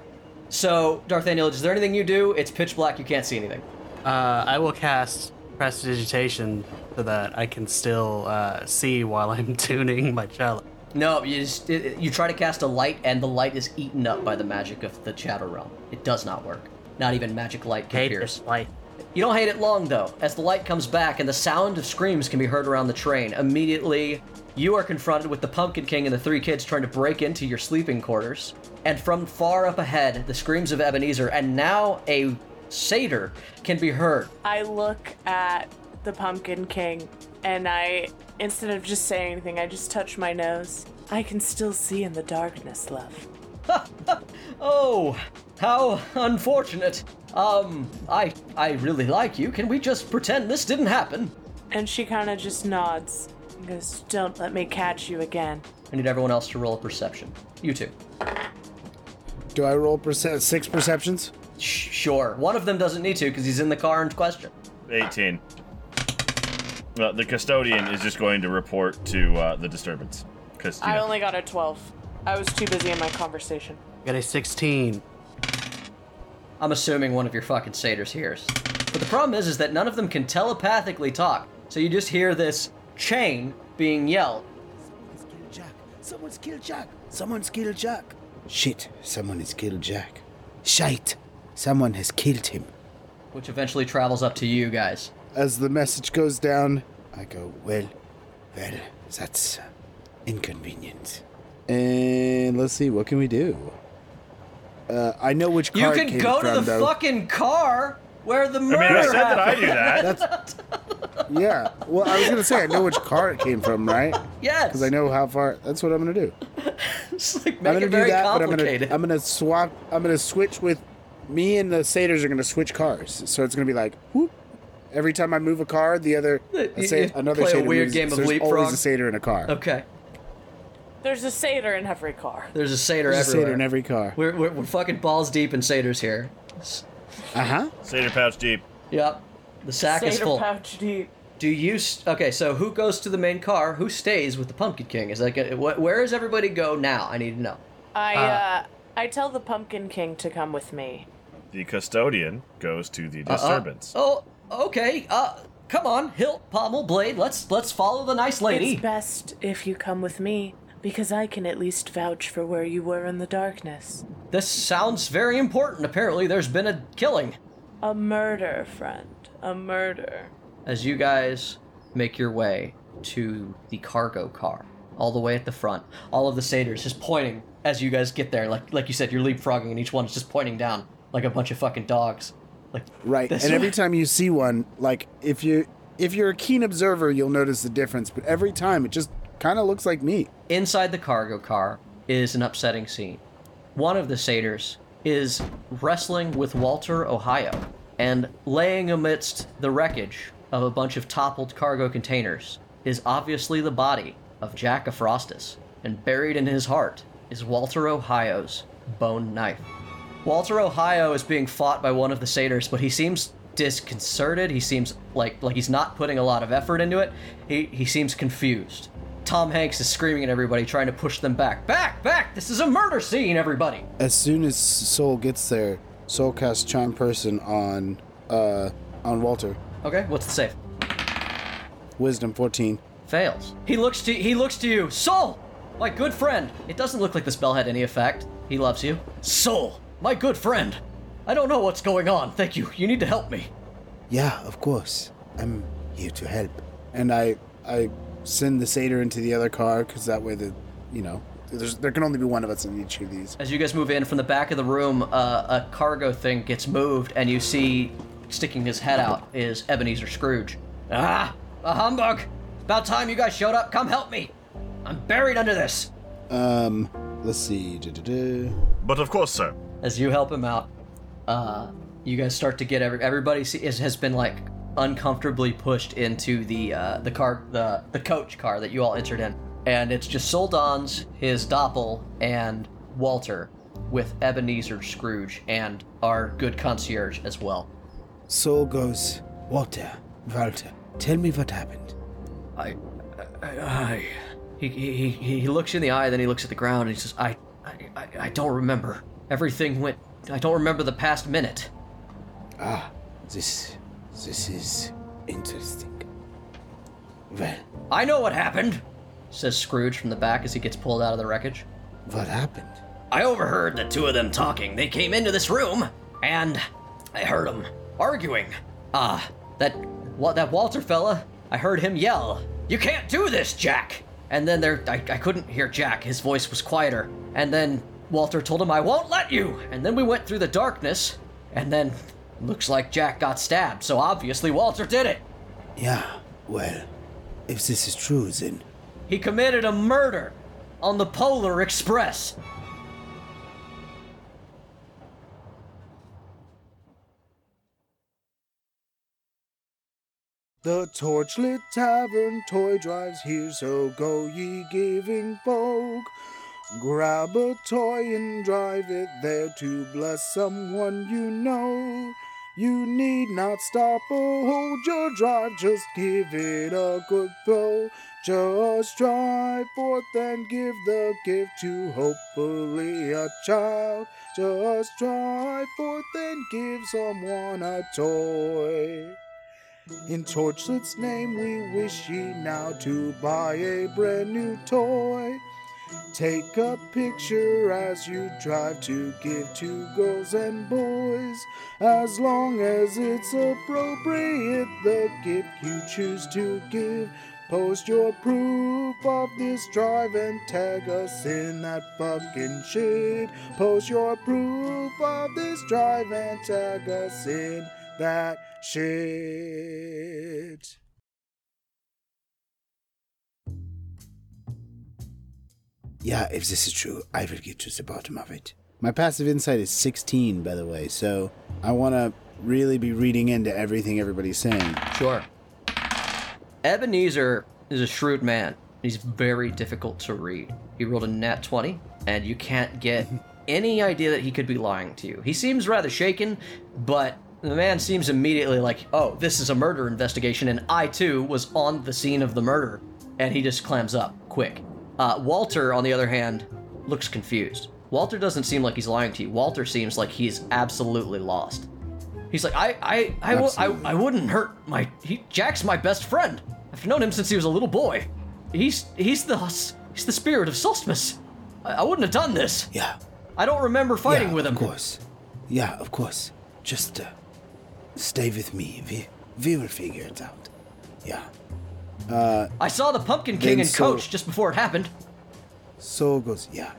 A: So, Darth Daniel, is there anything you do? It's pitch black, you can't see anything.
B: Uh, I will cast prestidigitation so that I can still uh, see while I'm tuning my cello.
A: No, you just, it, it- you try to cast a light, and the light is eaten up by the magic of the Chatter Realm. It does not work. Not even magic light can
B: Hate
A: pierce.
B: this light.
A: You don't hate it long, though, as the light comes back and the sound of screams can be heard around the train. Immediately, you are confronted with the Pumpkin King and the three kids trying to break into your sleeping quarters. And from far up ahead, the screams of Ebenezer, and now a satyr can be heard.
E: I look at the Pumpkin King and I, instead of just saying anything, I just touch my nose. I can still see in the darkness, love.
A: Oh, how unfortunate. Um, I I really like you. Can we just pretend this didn't happen?
E: And she kind of just nods and goes, Don't let me catch you again.
A: I need everyone else to roll a perception. You two.
C: Do I roll perce- six perceptions?
A: Sh- sure. One of them doesn't need to because he's in the car in question.
D: 18. Well, the custodian is just going to report to uh, the disturbance. Because
E: I only got a 12. I was too busy in my conversation.
B: Got a 16.
A: I'm assuming one of your fucking satyrs hears. But the problem is, is that none of them can telepathically talk. So you just hear this chain being yelled.
C: Jack, someone's killed Jack. Someone's killed Jack. Shit, someone has killed Jack. Shite, someone has killed him.
A: Which eventually travels up to you guys.
C: As the message goes down, I go, well, well, that's inconvenient. And let's see, what can we do? Uh, I know which
A: You
C: card
A: can
C: came
A: go to
C: from,
A: the
C: though.
A: fucking car where the
D: I
A: murder
D: mean, I said that
A: happened.
D: I do that.
C: Yeah. Well, I was gonna say I know which car it came from, right?
A: Yes.
C: Because I know how far. That's what I'm gonna do.
A: It's like, make
C: I'm gonna
A: it
C: do
A: very
C: that, but I'm
A: complicated.
C: gonna I'm gonna swap. I'm gonna switch with me and the satyrs are gonna switch cars. So it's gonna be like whoop. Every time I move a car, the other
A: You-
C: a sa-
A: you
C: another
A: play a
C: satyr
A: weird
C: moves.
A: game of
C: There's
A: leapfrog.
C: always a satyr in a car.
A: Okay.
E: There's a satyr in every car.
A: There's a satyr
C: There's a
A: everywhere.
C: satyr in every car.
A: we're, we're, we're fucking balls deep in satyrs here. S-
C: Uh huh.
D: Seder pouch deep.
A: Yep. The sack is
E: Satyr
A: full.
E: pouch deep.
A: Do you? St- okay, so who goes to the main car? Who stays with the Pumpkin King? Is that gonna, wh- where does everybody go now? I need to know.
E: I,
A: Ah.
E: uh, I tell the Pumpkin King to come with me.
D: The custodian goes to the
C: Uh-uh.
D: disturbance.
A: Oh, okay. Uh, come on, Hilt, Pommel, Blade. Let's let's follow the nice lady.
E: It's best if you come with me, because I can at least vouch for where you were in the darkness.
A: This sounds very important. Apparently, there's been a killing.
E: A murder, friend. A murder.
A: as you guys make your way to the cargo car, all the way at the front, all of the satyrs just pointing as you guys get there. Like like you said, you're leapfrogging, and each one is just pointing down like a bunch of fucking dogs. Like
C: Right.
A: This
C: and
A: one-
C: every time you see one, like if you if you're a keen observer, you'll notice the difference. But every time, it just kind of looks like me.
A: inside the cargo car is an upsetting scene. One of the satyrs is wrestling with Walter Ohio and laying amidst the wreckage of a bunch of toppled cargo containers is obviously the body of Jack Afrostus, and buried in his heart is Walter Ohio's bone knife. Walter Ohio is being fought by one of the satyrs, but he seems disconcerted. He seems like like he's not putting a lot of effort into it. He he seems confused. Tom Hanks is screaming at everybody, trying to push them back. Back, back! This is a murder scene, everybody!
C: As soon as Soul gets there, Soul casts Charm Person on uh on Walter.
A: Okay, what's the save?
C: Wisdom 14.
A: Fails. He looks to he looks to you. Soul! My good friend! It doesn't look like the spell had any effect. He loves you. Soul! My good friend! I don't know what's going on. Thank you. You need to help me.
C: Yeah, of course. I'm here to help. And I I send the satyr into the other car because that way the you know There's, there can only be one of us in each of these.
A: As you guys move in from the back of the room, uh, a cargo thing gets moved, and you see sticking his head out is Ebenezer Scrooge. Ah, a humbug! About time you guys showed up. Come help me. I'm buried under this.
C: Um, let's see. Du-du-du.
D: But of course, sir.
A: As you help him out, uh, you guys start to get every, everybody see, is, has been like uncomfortably pushed into the uh, the car the the coach car that you all entered in, and it's just Soldans, his doppel, and Walter, with Ebenezer Scrooge and our good concierge as well.
C: Soul goes, Walter, Walter, tell me what happened.
A: I, I, I he, he, he he looks you in the eye, then he looks at the ground, and he says, I, I, I, I don't remember. Everything went. I don't remember the past minute.
C: Ah, this, this is interesting. Well,
A: I know what happened, says Scrooge from the back as he gets pulled out of the wreckage.
C: what happened?
A: I overheard the two of them talking. They came into this room, and I heard them arguing. Ah, that what that Walter fella. I heard him yell, "You can't do this, Jack!" And then there, I, I couldn't hear Jack. His voice was quieter. And then Walter told him, "I won't let you." And then we went through the darkness. And then, looks like Jack got stabbed. So obviously Walter did it.
C: Yeah, well, if this is true, then
A: He committed a murder on the Polar Express.
C: The Torchlit Tavern toy drives here, so go ye giving folk. Grab a toy and drive it there to bless someone you know. You need not stop or hold your drive, just give it a good throw. Just drive forth and give the gift to hopefully a child. Just drive forth and give someone a toy. In Torchlet's name, we wish ye now to buy a brand new toy. Take a picture as you drive to give to girls and boys. As long as it's appropriate, the gift you choose to give. Post your proof of this drive and tag us in that fucking shit. Post your proof of this drive and tag us in that shit. Yeah, if this is true, I will get to the bottom of it. My passive insight is 16, by the way, so I want to really be reading into everything everybody's saying.
A: Sure. Ebenezer is a shrewd man. He's very difficult to read. He rolled a nat 20, and you can't get any idea that he could be lying to you. He seems rather shaken, but the man seems immediately like, oh, this is a murder investigation, and I too was on the scene of the murder. And he just clams up quick. Uh, Walter, on the other hand, looks confused. Walter doesn't seem like he's lying to you. Walter seems like he's absolutely lost. He's like, I, I, I, wo- I, I wouldn't hurt my. He, Jack's my best friend. I've known him since he was a little boy. He's, he's the, he's the spirit of Solstice. I, I wouldn't have done this.
C: Yeah.
A: I don't remember fighting
C: yeah,
A: with him.
C: Of course. Yeah, of course. Just uh, stay with me. We, we will figure it out. Yeah.
A: I saw the Pumpkin King
C: Then
A: and
C: so-
A: Coach just before it happened.
C: Soul goes, yeah.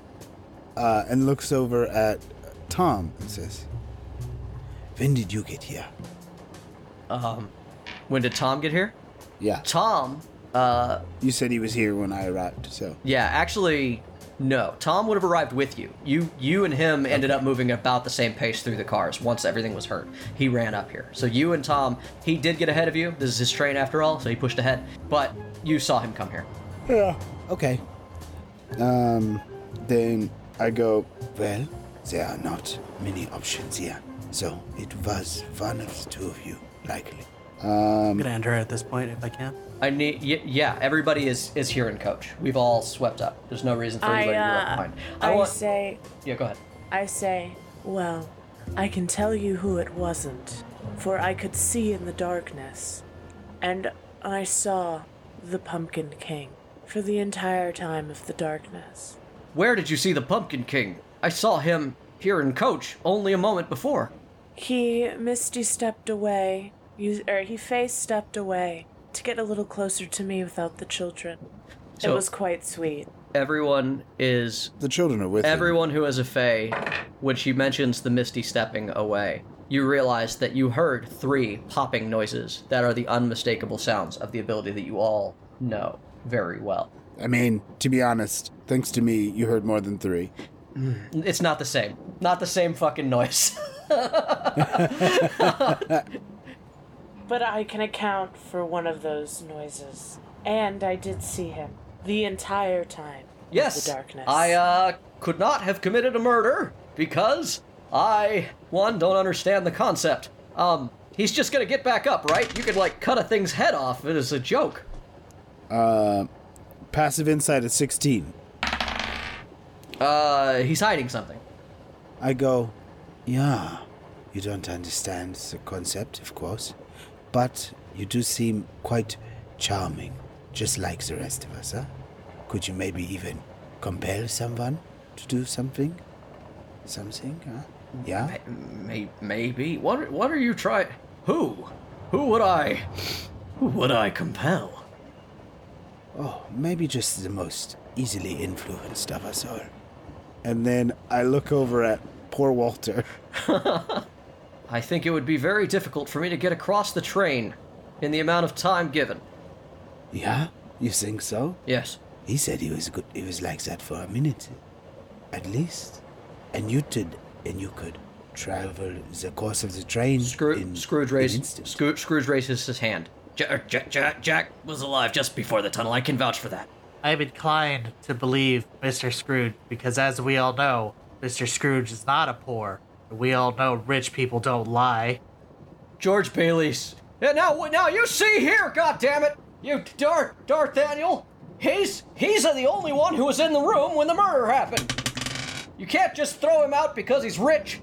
C: Uh, and looks over at Tom and says, When did you get here?
A: Um, When did Tom get here?
C: Yeah.
A: Tom,
C: You said he was here when I arrived, so.
A: yeah, actually, no. Tom would have arrived with you. You, you and him ended up moving about the same pace through the cars. Once everything was heard, he ran up here. So you and Tom, he did get ahead of you. This is his train after all, so he pushed ahead. But you saw him come here.
C: Okay. Um, then I go, Well, there are not many options here, so it was one of the two of you, likely.
B: I'm gonna end her at this point if I can.
A: I need, y- yeah. Everybody is is here in Coach. We've all swept up. There's no reason for
E: I,
A: anybody to be left
E: uh,
A: behind.
E: I,
A: want,
E: say,
A: yeah, go ahead.
E: I say, well, I can tell you who it wasn't, for I could see in the darkness, and I saw the Pumpkin King for the entire time of the darkness.
A: Where did you see the Pumpkin King? I saw him here in Coach only a moment before.
E: He misty stepped away, er, us- or he face stepped away to get a little closer to me without the children.
A: So-
E: it was quite sweet.
A: Everyone is
C: The children are with him.
A: Everyone who is a Fae, when she mentions the Misty stepping away, you realize that you heard three popping noises that are the unmistakable sounds of the ability that you all know very well.
C: I mean, to be honest, thanks to me, you heard more than three.
A: It's not the same. Not the same fucking noise.
E: But I can account for one of those noises. And I did see him the entire time. of
A: yes.
E: The darkness.
A: I uh, could not have committed a murder because I, one, don't understand the concept. Um, he's just gonna get back up, right? You could, like, cut a thing's head off as a joke.
C: Passive insight at 16.
A: Uh, he's hiding something.
C: I go, yeah, you don't understand the concept, of course, but you do seem quite charming, just like the rest of us, huh? Could you maybe even compel someone to do something? Something, huh? Yeah?
A: May- Maybe. What? What are you trying? Who? Who would I? Who would I compel?
C: Oh, maybe just the most easily influenced of us all. And then I look over at poor Walter.
A: I think it would be very difficult for me to get across the train in the amount of time given.
C: Yeah? You think so?
A: Yes.
C: He said he was good. He was like that for a minute, at least. And you could, and you could travel the course of the train.
A: Scroo-
C: in
A: Scrooge
C: an
A: raised.
C: instant.
A: Scroo- Scrooge raises his hand. Jack, Jack, Jack, Jack was alive just before the tunnel. I can vouch for that.
B: I'm inclined to believe Mr. Scrooge because, as we all know, Mr. Scrooge is not a poor. We all know rich people don't lie.
A: George Bailey's. Yeah, now, now you see here, goddammit! You Dar Darth Daniel! He's he's the only one who was in the room when the murder happened. You can't just throw him out because he's rich.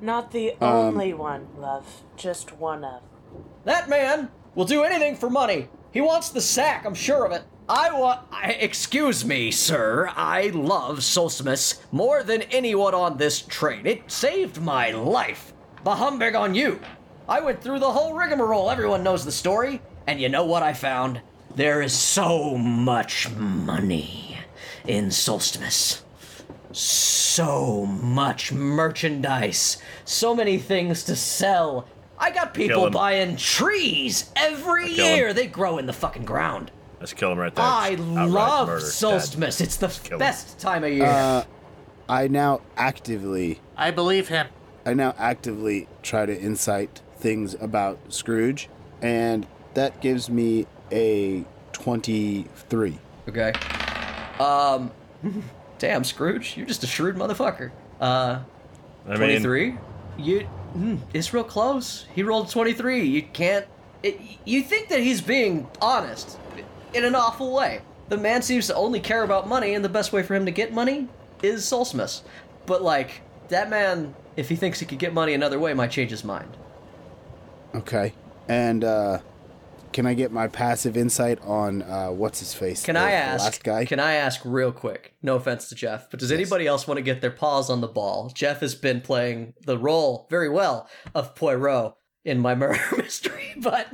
E: Not the
B: Um,
E: only one, love. Just one of.
A: That man will do anything for money. He wants the sack, I'm sure of it. I want. I, excuse me, sir. I love Solstimus more than anyone on this train. It saved my life. The humbug on you. I went through the whole rigmarole. Everyone knows the story. And you know what I found? There is so much money in Solstimus so much merchandise, so many things to sell. I got people
D: him.
A: buying trees every
D: Kill him.
A: year. They grow in the fucking ground.
D: Let's kill him right there.
A: I
D: Outright
A: love
D: murder. Dead.
A: Solstice. It's the
D: him.
A: best time of year.
C: I now actively,
B: I believe him.
C: I now actively try to incite things about Scrooge, and that gives me a twenty-three.
A: okay. Um, damn Scrooge, you're just a shrewd motherfucker. Uh,
D: I mean,
A: twenty-three. You, mm, it's real close. He rolled twenty-three. You can't. It, you think that he's being honest in an awful way. The man seems to only care about money, and the best way for him to get money is Solstice. But like that man, if he thinks he could get money another way, might change his mind.
C: Okay. And uh, can I get my passive insight on uh, what's his face?
A: Can
C: the-
A: I
C: the
A: ask?
C: last guy?
A: Can I ask real quick? No offense to Jeff, but does anybody else want to get their paws on the ball? Jeff has been playing the role very well of Poirot in my murder mystery, but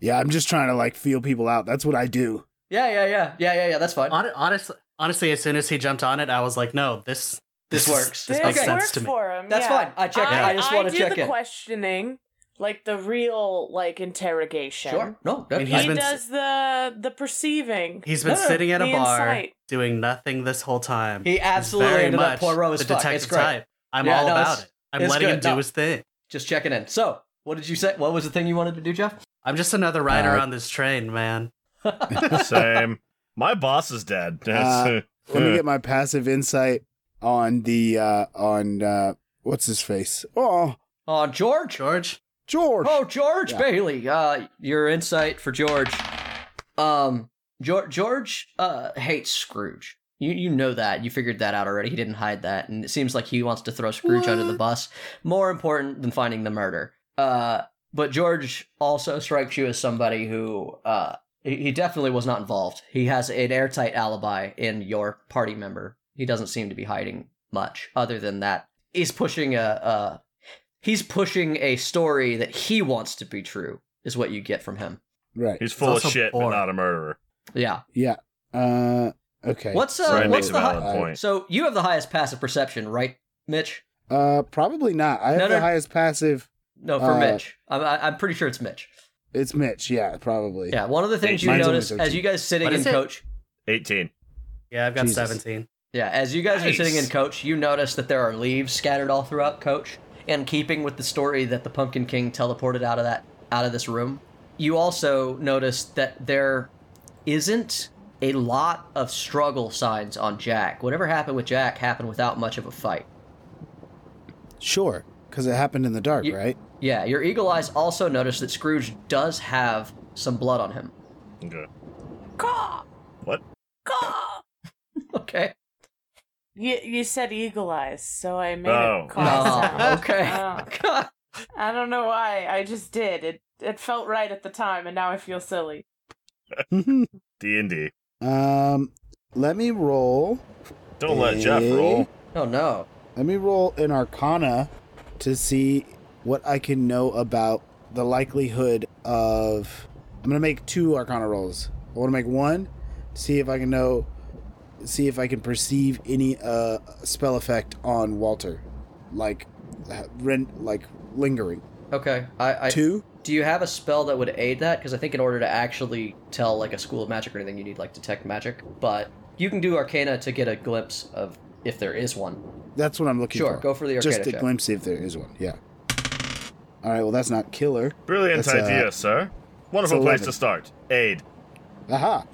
C: Yeah, I'm just trying to like feel people out. That's what I do.
A: yeah, yeah, yeah, yeah, yeah, yeah. That's fine.
B: Hon- honestly, honestly, as soon as he jumped on it, I was like, no, this
A: This
B: is-
A: works.
B: This
A: This
B: makes
A: okay.
B: sense
E: worked
B: to me.
E: for him.
A: That's
E: yeah.
A: fine. I check it. I just wanna
E: do
A: check
E: the
A: it.
E: questioning, like the real, like interrogation.
A: Sure. No.
B: I
A: that's-
B: mean, He's
E: he
B: been
E: does the the perceiving.
B: He's been
A: No, no,
B: sitting at a
E: the
B: bar
E: insight.
B: doing nothing this whole time.
A: He
B: He's
A: absolutely
B: very
A: ended up
B: much
A: Poirot as
B: the
A: fuck. It's
B: detective
A: great.
B: type. I'm
A: Yeah,
B: all
A: no,
B: about
A: it's-
B: it. I'm
A: it's
B: letting
A: good.
B: him do
A: No.
B: his thing.
A: just checking in. So, what did you say? What was the thing you wanted to do, Jeff?
B: I'm just another rider
C: Uh,
B: on this train, man.
D: Same. My boss is dead.
C: Uh, Let me get my passive insight on the uh on uh what's his face? Oh,
A: Oh, George.
B: George,
C: George.
A: Oh, George
C: Yeah.
A: Bailey. Uh, your insight for George. Um, George, George uh, hates Scrooge. You you know that. You figured that out already. He didn't hide that, and it seems like he wants to throw Scrooge under the bus. More important than finding the murder. Uh, but George also strikes you as somebody who uh he he definitely was not involved. He has an airtight alibi in your party member. He doesn't seem to be hiding much other than that. He's pushing a, a he's pushing a story that he wants to be true is what you get from him.
C: Right.
D: He's full of
B: also
D: shit,
B: poor.
D: but not a murderer.
A: Yeah.
C: Yeah. Uh, okay.
A: What's uh,
D: Ryan
A: what's
D: makes a
A: the hi-
D: valid point.
A: so you have the highest passive perception, right, Mitch?
C: Uh, probably not. I have
A: No,
C: the
A: no.
C: highest passive.
A: No, for
C: Uh,
A: Mitch. I'm I- I'm pretty sure it's Mitch.
C: It's Mitch. Yeah, probably.
A: Yeah, one of the things
D: Eight.
A: you
C: Mine's only
A: notice as
C: 13.
A: you guys sitting
B: What
A: in
B: is it?
A: coach,
D: Eighteen.
B: Yeah, I've got
C: Jesus.
B: 17.
A: yeah, as you guys
D: Nice.
A: are sitting in coach, you notice that there are leaves scattered all throughout coach. In keeping with the story that the Pumpkin King teleported out of that out of this room, you also notice that there isn't a lot of struggle signs on Jack. Whatever happened with Jack happened without much of a fight.
C: Sure, because it happened in the dark,
A: You-
C: right?
A: Yeah, your eagle eyes also notice that Scrooge does have some blood on him.
D: Okay.
E: Caw!
D: What?
E: Caw!
A: Okay.
E: You, you said eagle eyes, so I made
D: Oh.
E: a caw
A: Oh,
E: sound.
A: okay.
E: Oh.
A: God.
E: I don't know why. I just did. It it felt right at the time, and now I feel silly.
D: D and D.
C: um, let me roll.
D: Don't let Jeff
C: Eh?
D: roll.
A: Oh no.
C: Let me roll an Arcana to see what I can know about the likelihood of. I'm gonna make two Arcana rolls. I want to make one to see if I can know, see if I can perceive any uh spell effect on Walter, like, uh, ren- like lingering.
A: Okay. I, I
C: Two.
A: Do you have a spell that would aid that? Because I think in order to actually tell like a school of magic or anything, you need like detect magic. But you can do Arcana to get a glimpse of if there is one.
C: That's what I'm looking
A: Sure,
C: for.
A: go for the
C: Just
A: Arcana
C: a
A: check.
C: glimpse if there is one. Yeah. All right. Well, that's not killer.
D: Brilliant
C: That's, uh,
D: idea, sir. Wonderful place
C: 11.
D: to start. Aid.
C: Aha.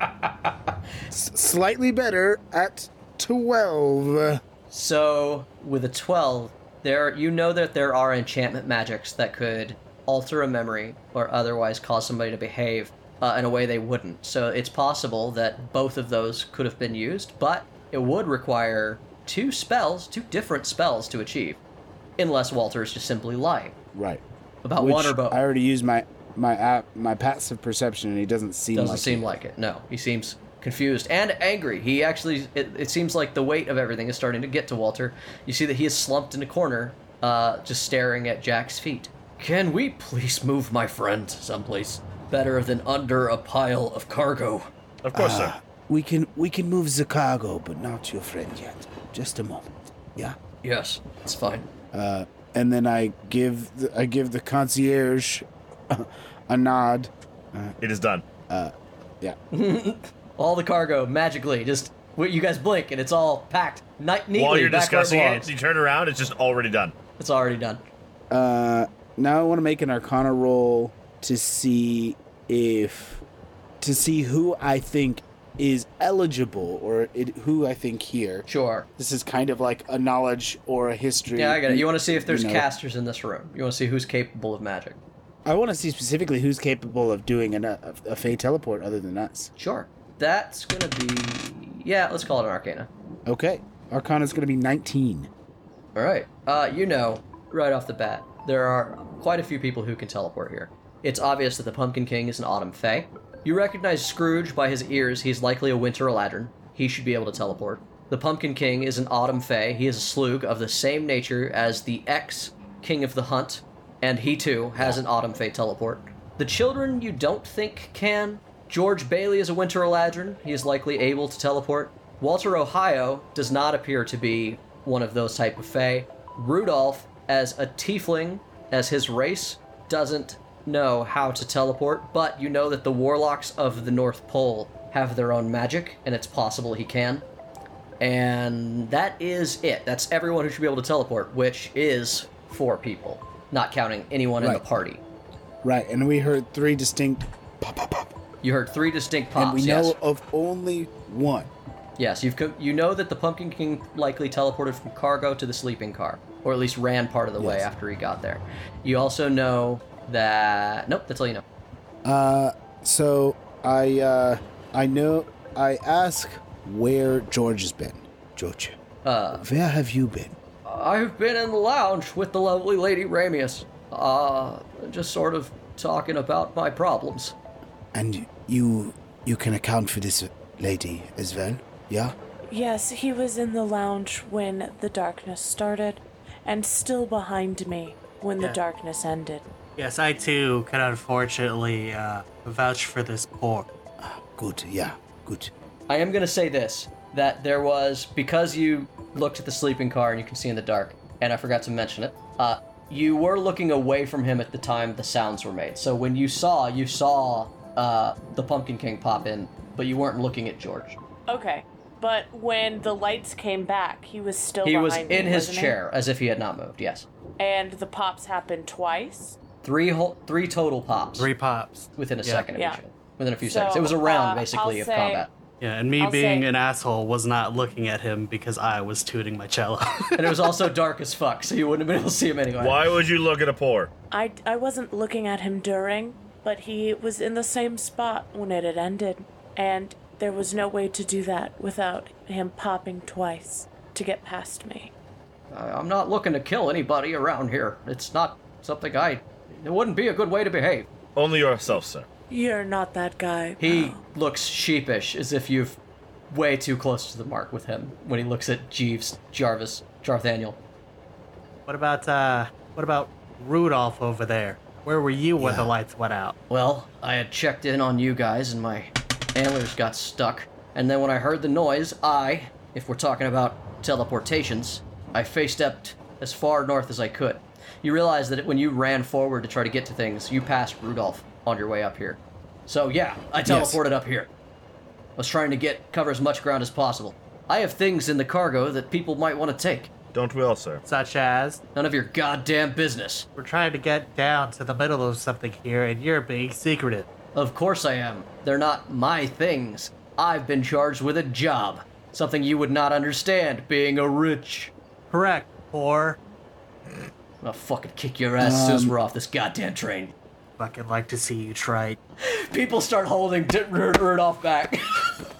C: S- slightly better at 12.
A: So with a twelve, there you know that there are enchantment magics that could alter a memory or otherwise cause somebody to behave uh, in a way they wouldn't. So it's possible that both of those could have been used, but it would require two spells, two different spells to achieve, unless Walter is just simply lying.
C: Right.
A: About
C: Which
A: one or both.
C: I already used my my app, my passive perception and he doesn't seem
A: Doesn't
C: like
A: seem like it. No, he seems confused and angry. He actually, it, it seems like the weight of everything is starting to get to Walter. You see that he is slumped in a corner, uh, just staring at Jack's feet. Can we please move my friend someplace better than under a pile of cargo?
D: Of course, sir.
C: we can we can move Chicago, but not your friend yet. Just a moment. Yeah.
A: Yes, it's fine.
C: Uh, and then I give the, I give the concierge a nod.
D: It is done.
C: Yeah.
A: All the cargo magically just wait, you guys blink and it's all packed night neatly
D: While you're
A: back where it
D: discussing it,
A: belongs.
D: you turn around. It's just already done.
A: It's already done.
C: Uh, now I want to make an Arcana roll to see if to see who I think is eligible or it, who I think here.
A: Sure.
C: This is kind of like a knowledge or a history.
A: Yeah, I got it. You want to see if there's
C: know.
A: casters in this room. You want to see who's capable of magic.
C: I want to see specifically who's capable of doing an, a, a fey teleport other than us.
A: Sure. That's gonna be yeah. Let's call it an Arcana.
C: Okay, Arcana's going to be 19.
A: All right. Uh, you know, right off the bat, there are quite a few people who can teleport here. It's obvious that the Pumpkin King is an Autumn Fae. You recognize Scrooge by his ears. He's likely a Winter Eladrin. He should be able to teleport. The Pumpkin King is an Autumn Fae. He is a slug of the same nature as the ex King of the Hunt, and he too has an Autumn Fae teleport. The children you don't think can. George Bailey is a Winter Eladrin. He is likely able to teleport. Walter Ohio does not appear to be one of those type of fae. Rudolph, as a tiefling, as his race, doesn't know how to teleport, but you know that the warlocks of the North Pole have their own magic, and it's possible he can. And that is it. That's everyone who should be able to teleport, which is four people, not counting anyone in
C: Right.
A: the party.
C: Right, and we heard three distinct pop, pop, pop.
A: You heard three distinct pops.
C: and we
A: yes.
C: know of only one.
A: Yes, you've co- you know that the Pumpkin King likely teleported from cargo to the sleeping car, or at least ran part of the way
C: Yes.
A: after he got there. You also know that nope, that's all you know.
C: Uh, so I uh, I know I ask where George has been. George,
A: Uh,
C: where have you been?
A: I've been in the lounge with the lovely Lady Ramius, uh, just sort of talking about my problems.
C: And you you can account for this lady as well. Yeah.
E: Yes, he was in the lounge when the darkness started, and still behind me when the
B: Yeah.
E: darkness ended.
B: Yes, I too can unfortunately uh, vouch for this poor.
C: Good. Yeah.
I: Good.
A: I am going to say this that there was, because you looked at the sleeping car and you can see in the dark, and I forgot to mention it, uh, you were looking away from him at the time the sounds were made. So when you saw, you saw uh, the Pumpkin King pop in, but you weren't looking at George.
E: Okay. But when the lights came back, he was still
A: He was
E: behind me,
A: in his
E: wasn't he?
A: chair as if he had not moved, yes.
E: And the pops happened twice.
A: Three whole, three total pops
B: Three pops.
A: within a
B: Yeah.
A: second of
E: Yeah.
A: each other. Within a few
E: So,
A: seconds. It was a round,
E: uh,
A: basically,
E: I'll
A: of
E: say-
A: combat.
B: Yeah, and me
E: I'll
B: being
E: say-
B: an asshole was not looking at him because I was tooting my cello.
A: And it was also dark as fuck, so you wouldn't have been able to see him anyway.
D: Why would you look at a poor?
E: I, I wasn't looking at him during, but he was in the same spot when it had ended. And there was no way to do that without him popping twice to get past me.
A: I- I'm not looking to kill anybody around here. It's not something I. It wouldn't be a good way to behave.
D: Only yourself, sir.
E: You're not that guy.
A: He
E: pal.
A: looks sheepish, as if you've way too close to the mark with him when he looks at Jeeves, Jarvis, Jarthaniel.
B: what about uh what about Rudolph over there? Where were you when the lights went out?
A: Well, I had checked in on you guys and my antlers got stuck. And then when I heard the noise, I, if we're talking about teleportations, I face stepped as far north as I could. You realize that when you ran forward to try to get to things, you passed Rudolph on your way up here. So yeah, I
I: Yes.
A: teleported up here. I was trying to get cover as much ground as possible. I have things in the cargo that people might want to take.
D: Don't we all, sir?
B: Such as
A: None of your goddamn business.
B: we're trying to get down to the middle of something here and you're being secretive.
A: Of course I am. They're not my things. I've been charged with a job. Something you would not understand, being a rich.
B: Correct, whore.
A: I'll fucking kick your ass as soon as we're off this goddamn train.
B: Fucking like to see you try.
A: People start holding D- Ru- Rudolph back.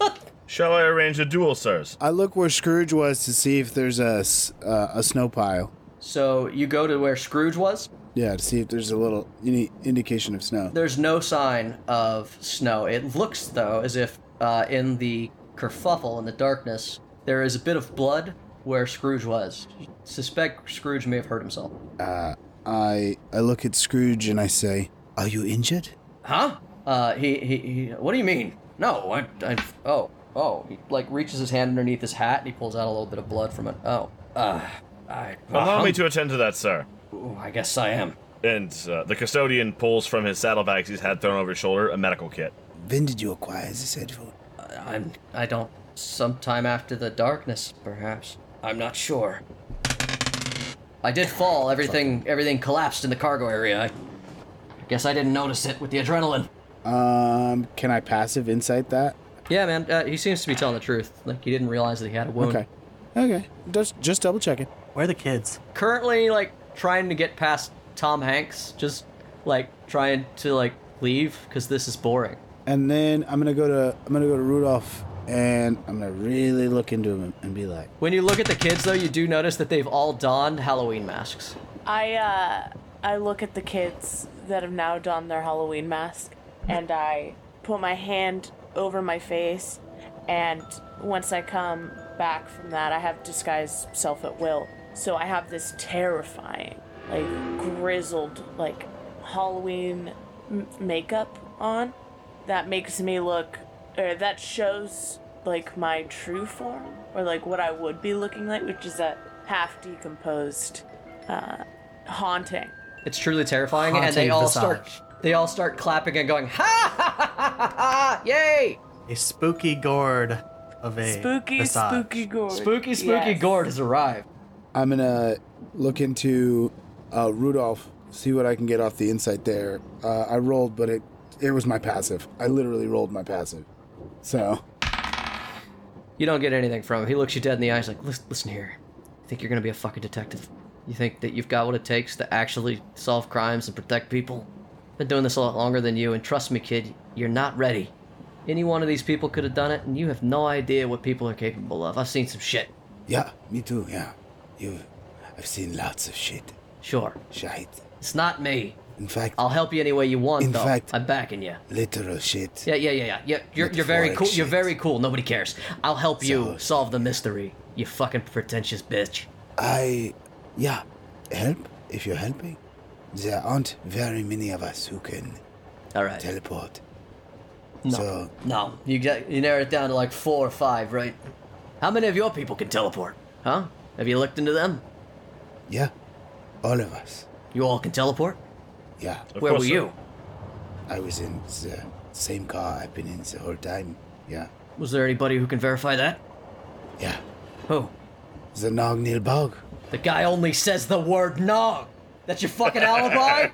D: Shall I arrange a duel, sirs?
C: I look where Scrooge was to see if there's a s- uh, a snow pile.
A: so you go to where Scrooge was.
C: Yeah, to see if there's a little any indication of snow.
A: There's no sign of snow. It looks, though, as if uh, in the kerfuffle in the darkness, there is a bit of blood where Scrooge was. Suspect Scrooge may have hurt himself.
C: I I look at Scrooge and I say,
I: Are you injured?
A: Huh? Uh, he, he, he, what do you mean? No, I, I, oh, oh. He, like, reaches his hand underneath his hat and he pulls out a little bit of blood from it. Oh, uh, I,
C: Uh-huh.
D: Allow me to attend to that, sir.
A: Ooh, I guess I am.
D: And uh, the custodian pulls from his saddlebags he's had thrown over his shoulder a medical kit.
I: When did you acquire this headphone?
A: I'm, I don't, sometime after the darkness, perhaps. I'm not sure. I did fall. Everything, everything collapsed in the cargo area. I guess I didn't notice it with the adrenaline.
C: um, can I passive insight that?
A: Yeah, man, uh, he seems to be telling the truth. Like, he didn't realize that he had a wound.
C: Okay, okay, just just double checking.
B: Where are the kids?
A: currently like trying to get past Tom Hanks, just like trying to like leave because this is boring.
C: And then I'm gonna go to I'm gonna go to Rudolph and I'm gonna really look into him and be like,
A: When you look at the kids though, you do notice that they've all donned Halloween masks.
E: I uh I look at the kids that have now donned their Halloween mask and I put my hand over my face and once I come back from that I have disguise self at will. So I have this terrifying like grizzled like Halloween m- makeup on that makes me look or that shows like my true form or like what I would be looking like which is that half decomposed haunting.
A: It's truly terrifying, and they
B: Haunting
A: all
B: visage.
A: start they all start clapping and going ha ha ha ha ha ha! Yay!
B: A spooky gourd of a
E: Spooky,
B: visage.
E: spooky gourd.
A: Spooky spooky
E: Yes.
A: gourd has arrived.
C: I'm gonna look into uh, Rudolph, see what I can get off the insight there. Uh, I rolled, but it it was my passive. I literally rolled my passive. So
A: You don't get anything from him. He looks you dead in the eyes, like, listen, listen here. You think you're gonna be a fucking detective? You think that you've got what it takes to actually solve crimes and protect people? Been doing this a lot longer than you, and trust me, kid, you're not ready. Any one of these people could have done it, and you have no idea what people are capable of. I've seen some shit.
I: Yeah, me too, yeah. You, I've seen lots of shit.
A: Sure,
I: Shite.
A: it's not me.
I: In fact,
A: I'll help you any way you want,
I: In
A: though.
I: fact-
A: I'm backing you.
I: literal shit.
A: Yeah, yeah, yeah, yeah. yeah you're, you're very
I: Metaphoric
A: cool. You're
I: shit.
A: very cool. Nobody cares. I'll help you
I: So-
A: solve the mystery. You fucking pretentious bitch.
I: I, yeah, help if you're helping. There aren't very many of us who can
A: All right.
I: teleport. So
H: No, you get you narrow it down to like four or five, right? How many of your people can teleport? Huh? Have you looked into them?
I: yeah, all of us.
H: You all can teleport.
I: Yeah,
D: Of
H: Where were
D: course so.
H: you?
I: I was in the same car I've been in the whole time. Yeah,
H: Was there anybody who can verify that?
I: yeah.
H: Who?
I: The Nog Nil Bog.
H: The guy only says the word nog. That's your fucking alibi.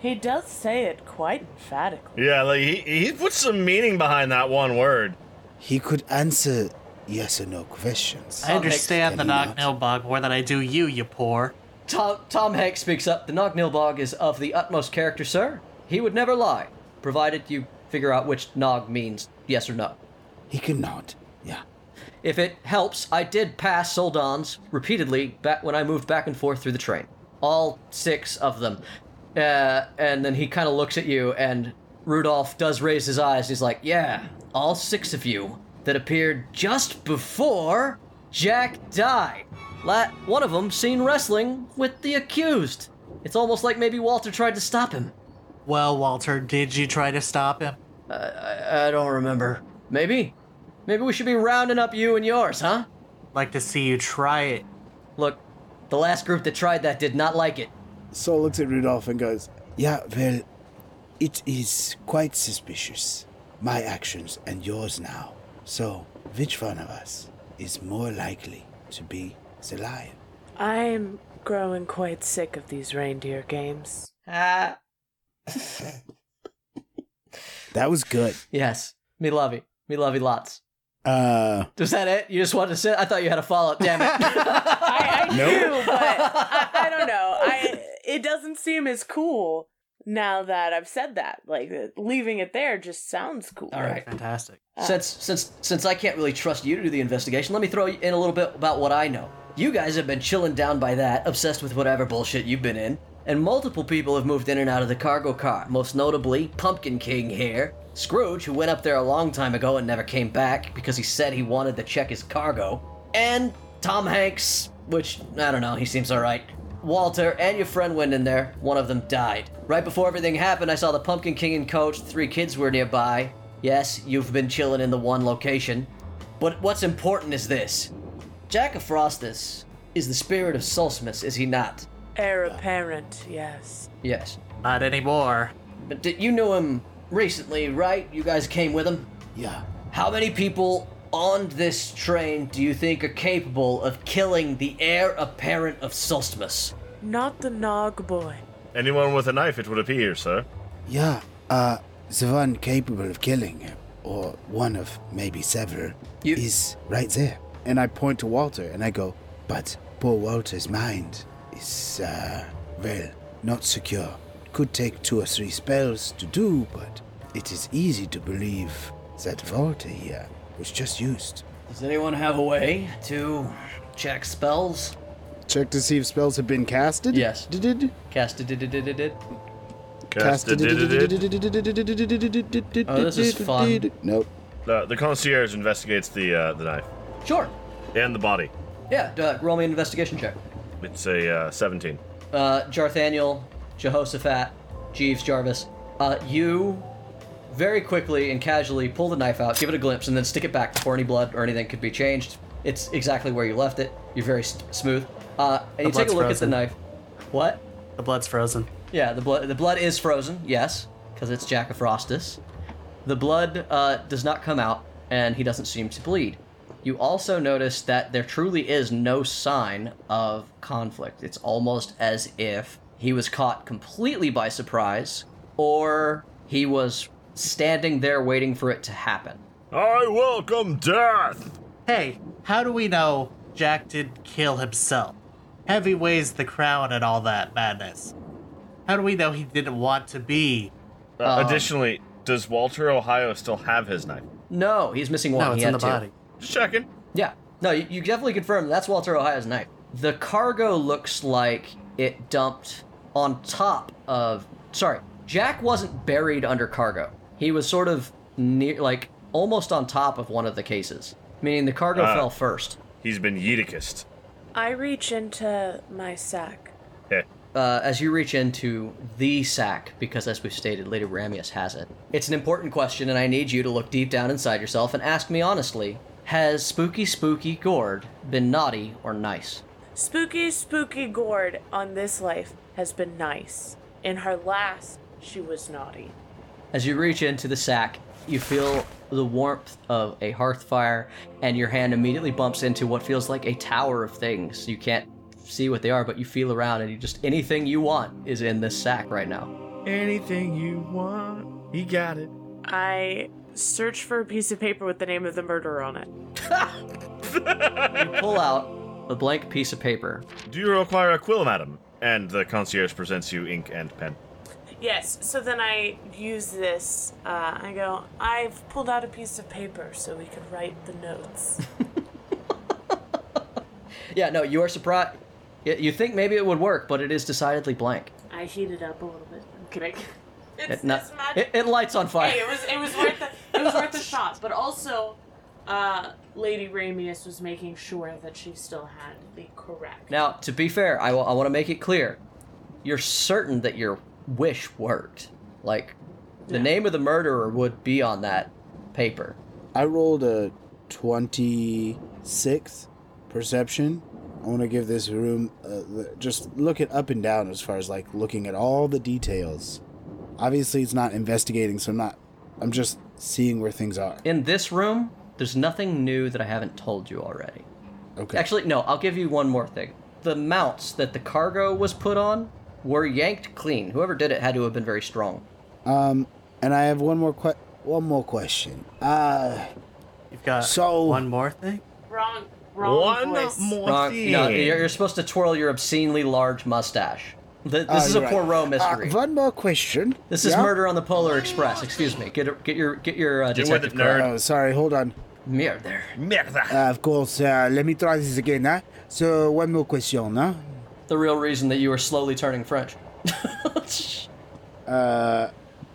E: He does say it quite emphatically.
D: Yeah, like he he put some meaning behind that one word.
I: He could answer yes or no questions.
B: I understand the
I: Can you not?
B: Knocknail Bog more than I do you, you poor.
A: Tom, Tom Hanks speaks up. The Nognilbog is of the utmost character, sir. He would never lie, provided you figure out which Nog means yes or no.
I: He could not. Yeah.
A: If it helps, I did pass Soldans repeatedly back when I moved back and forth through the train. All six of them. Uh, and then he kind of looks at you, and Rudolph does raise his eyes. He's like, Yeah, all six of you that appeared just before Jack died. La- one of them seen wrestling with the accused. It's almost like maybe Walter tried to stop him.
B: Well, Walter, did you try to stop him?
A: I don't remember. Maybe? Maybe we should be rounding up you and yours, huh?
B: Like to see you try it.
A: Look, the last group that tried that did not like it.
C: Sol looks at Rudolph and goes,
I: Yeah, well, it is quite suspicious. My actions and yours now. So, which one of us is more likely to be the lion?
E: I'm growing quite sick of these reindeer games.
A: Ah.
C: That was good.
A: Yes. Me love you. Me love you lots.
C: Uh,
A: Was that it? You just wanted to sit? I thought you had a follow up. Damn it.
E: I, I do, but I, I don't know. I it doesn't seem as cool now that I've said that. Like uh, leaving it there just sounds cool.
A: All right.
B: Fantastic.
A: since since since I can't really trust you to do the investigation, let me throw in a little bit about what I know. You guys have been chilling down by that, obsessed with whatever bullshit you've been in, and multiple people have moved in and out of the cargo car. Most notably, Pumpkin King here, Scrooge, who went up there a long time ago and never came back because he said he wanted to check his cargo, and Tom Hanks, which I don't know, he seems all right. Walter and your friend went in there. One of them died. Right before everything happened, I saw the Pumpkin King and coach. Three kids were nearby. Yes, you've been chilling in the one location. But what's important is this Jack of Frostus is the spirit of Sulsmus, is he not?
E: Heir apparent, yes.
A: Yes.
B: Not anymore.
A: But did, you knew him recently, right? You guys came with him?
I: Yeah.
A: How many people on this train do you think are capable of killing the heir apparent of Sulsmus?
E: Not the Nog boy.
D: Anyone with a knife, it would appear, sir.
I: Yeah, uh, the one capable of killing him, or one of maybe several,
A: You-
I: is right there. And I point to Walter and I go, but poor Walter's mind is, uh, well, not secure. Could take two or three spells to do, but it is easy to believe that Walter here was just used.
A: Does anyone have a way to check spells?
C: check to see if spells have been casted.
A: Yes.
C: Did
A: Cast it, did it, did it, did.
D: Casted did it.
A: Oh, this is fun.
C: Nope.
D: The, the concierge investigates the uh, the knife
A: Sure.
D: and the body.
A: Yeah, uh, roll me an investigation check.
D: It's a uh, 17.
A: Uh, Jarthaniel, Jehoshaphat, Jeeves, Jarvis, uh, you very quickly and casually pull the knife out, give it a glimpse, and then stick it back before any blood or anything could be changed. It's exactly where you left it. You're very s smooth. Uh, and you take a
B: blood's
A: look at the
B: frozen.
A: knife. What?
B: The blood's frozen.
A: Yeah, the blood the blood is frozen, yes, because it's Jack of Frostus. The blood uh, does not come out, and he doesn't seem to bleed. You also notice that there truly is no sign of conflict. It's almost as if he was caught completely by surprise, or he was standing there waiting for it to happen.
D: I welcome death.
B: Hey, how do we know Jack did kill himself? Heavy weighs the crown and all that madness. How do we know he didn't want to be?
D: Uh, additionally, does Walter Ohio still have his knife?
A: No, he's missing one.
B: no,
A: He
B: it's
A: had
B: in the
A: two.
B: body.
D: Just checking.
A: Yeah. No, you, you definitely confirmed that's Walter Ohio's knife. The cargo looks like it dumped on top of. Sorry, Jack wasn't buried under cargo. He was sort of near, like almost on top of one of the cases, meaning the cargo
D: Ah.
A: fell first.
D: He's been yeeticist.
E: I reach into my sack
D: Heh.
A: uh, as you reach into the sack, because as we've stated, Lady Ramius has it. It's an important question, and I need you to look deep down inside yourself and ask me honestly: Has Spooky Spooky Gourd been naughty or nice?
E: Spooky, spooky Gourd on this life has been nice. In her last, she was naughty.
A: As you reach into the sack, you feel the warmth of a hearth fire, and your hand immediately bumps into what feels like a tower of things. You can't see what they are, but you feel around, and you just anything you want is in this sack right now.
J: Anything you want, you got it.
E: I search for a piece of paper with the name of the murderer on it.
A: Pull out a blank piece of paper.
D: Do you require a quill, madam? And the concierge presents you ink and pen.
E: Yes, so then I use this. Uh, I go, I've pulled out a piece of paper so we could write the notes.
A: Yeah, no, you are surprised. You think maybe it would work, but it is decidedly blank.
E: I heated up a little bit. I'm kidding. It's,
A: It, not-
E: it's magic.
A: it, it lights on fire.
E: Hey, it was it was worth the it was worth the shot. But also, uh, Lady Ramius was making sure that she still had the correct.
A: Now, to be fair, I want to make it clear. You're certain that your wish worked. Like, the name of the murderer would be on that paper.
C: I rolled a 26 perception. I want to give this room uh, the- just look it up and down as far as like looking at all the details. Obviously, it's not investigating, so I'm not. I'm just seeing where things are.
A: In this room, there's nothing new that I haven't told you already.
C: Okay.
A: Actually, no, I'll give you one more thing. The mounts that the cargo was put on were yanked clean. Whoever did it had to have been very strong.
C: Um, and I have one more que- one more question. Uh,
B: You've got
C: So-
B: one more thing?
E: Wrong, wrong
D: One
E: voice.
C: Oh,
D: more
A: Wrong.
D: thing.
A: No, you're, you're supposed to twirl your obscenely large mustache. Th- This
C: oh,
A: is a
C: you're right.
A: Poirot
C: Uh,
A: mystery.
C: one more question.
A: This is
C: Yeah?
A: Murder on the Polar Express. Excuse me. Get a, get your get your uh,
D: Get with
A: detective
D: it, nerd.
A: card.
C: Oh, sorry. Hold on.
A: Mirror there.
D: Merda.
C: Uh, of course. Uh, let me try this again. Huh? So one more question. Huh?
A: The real reason that you are slowly turning French.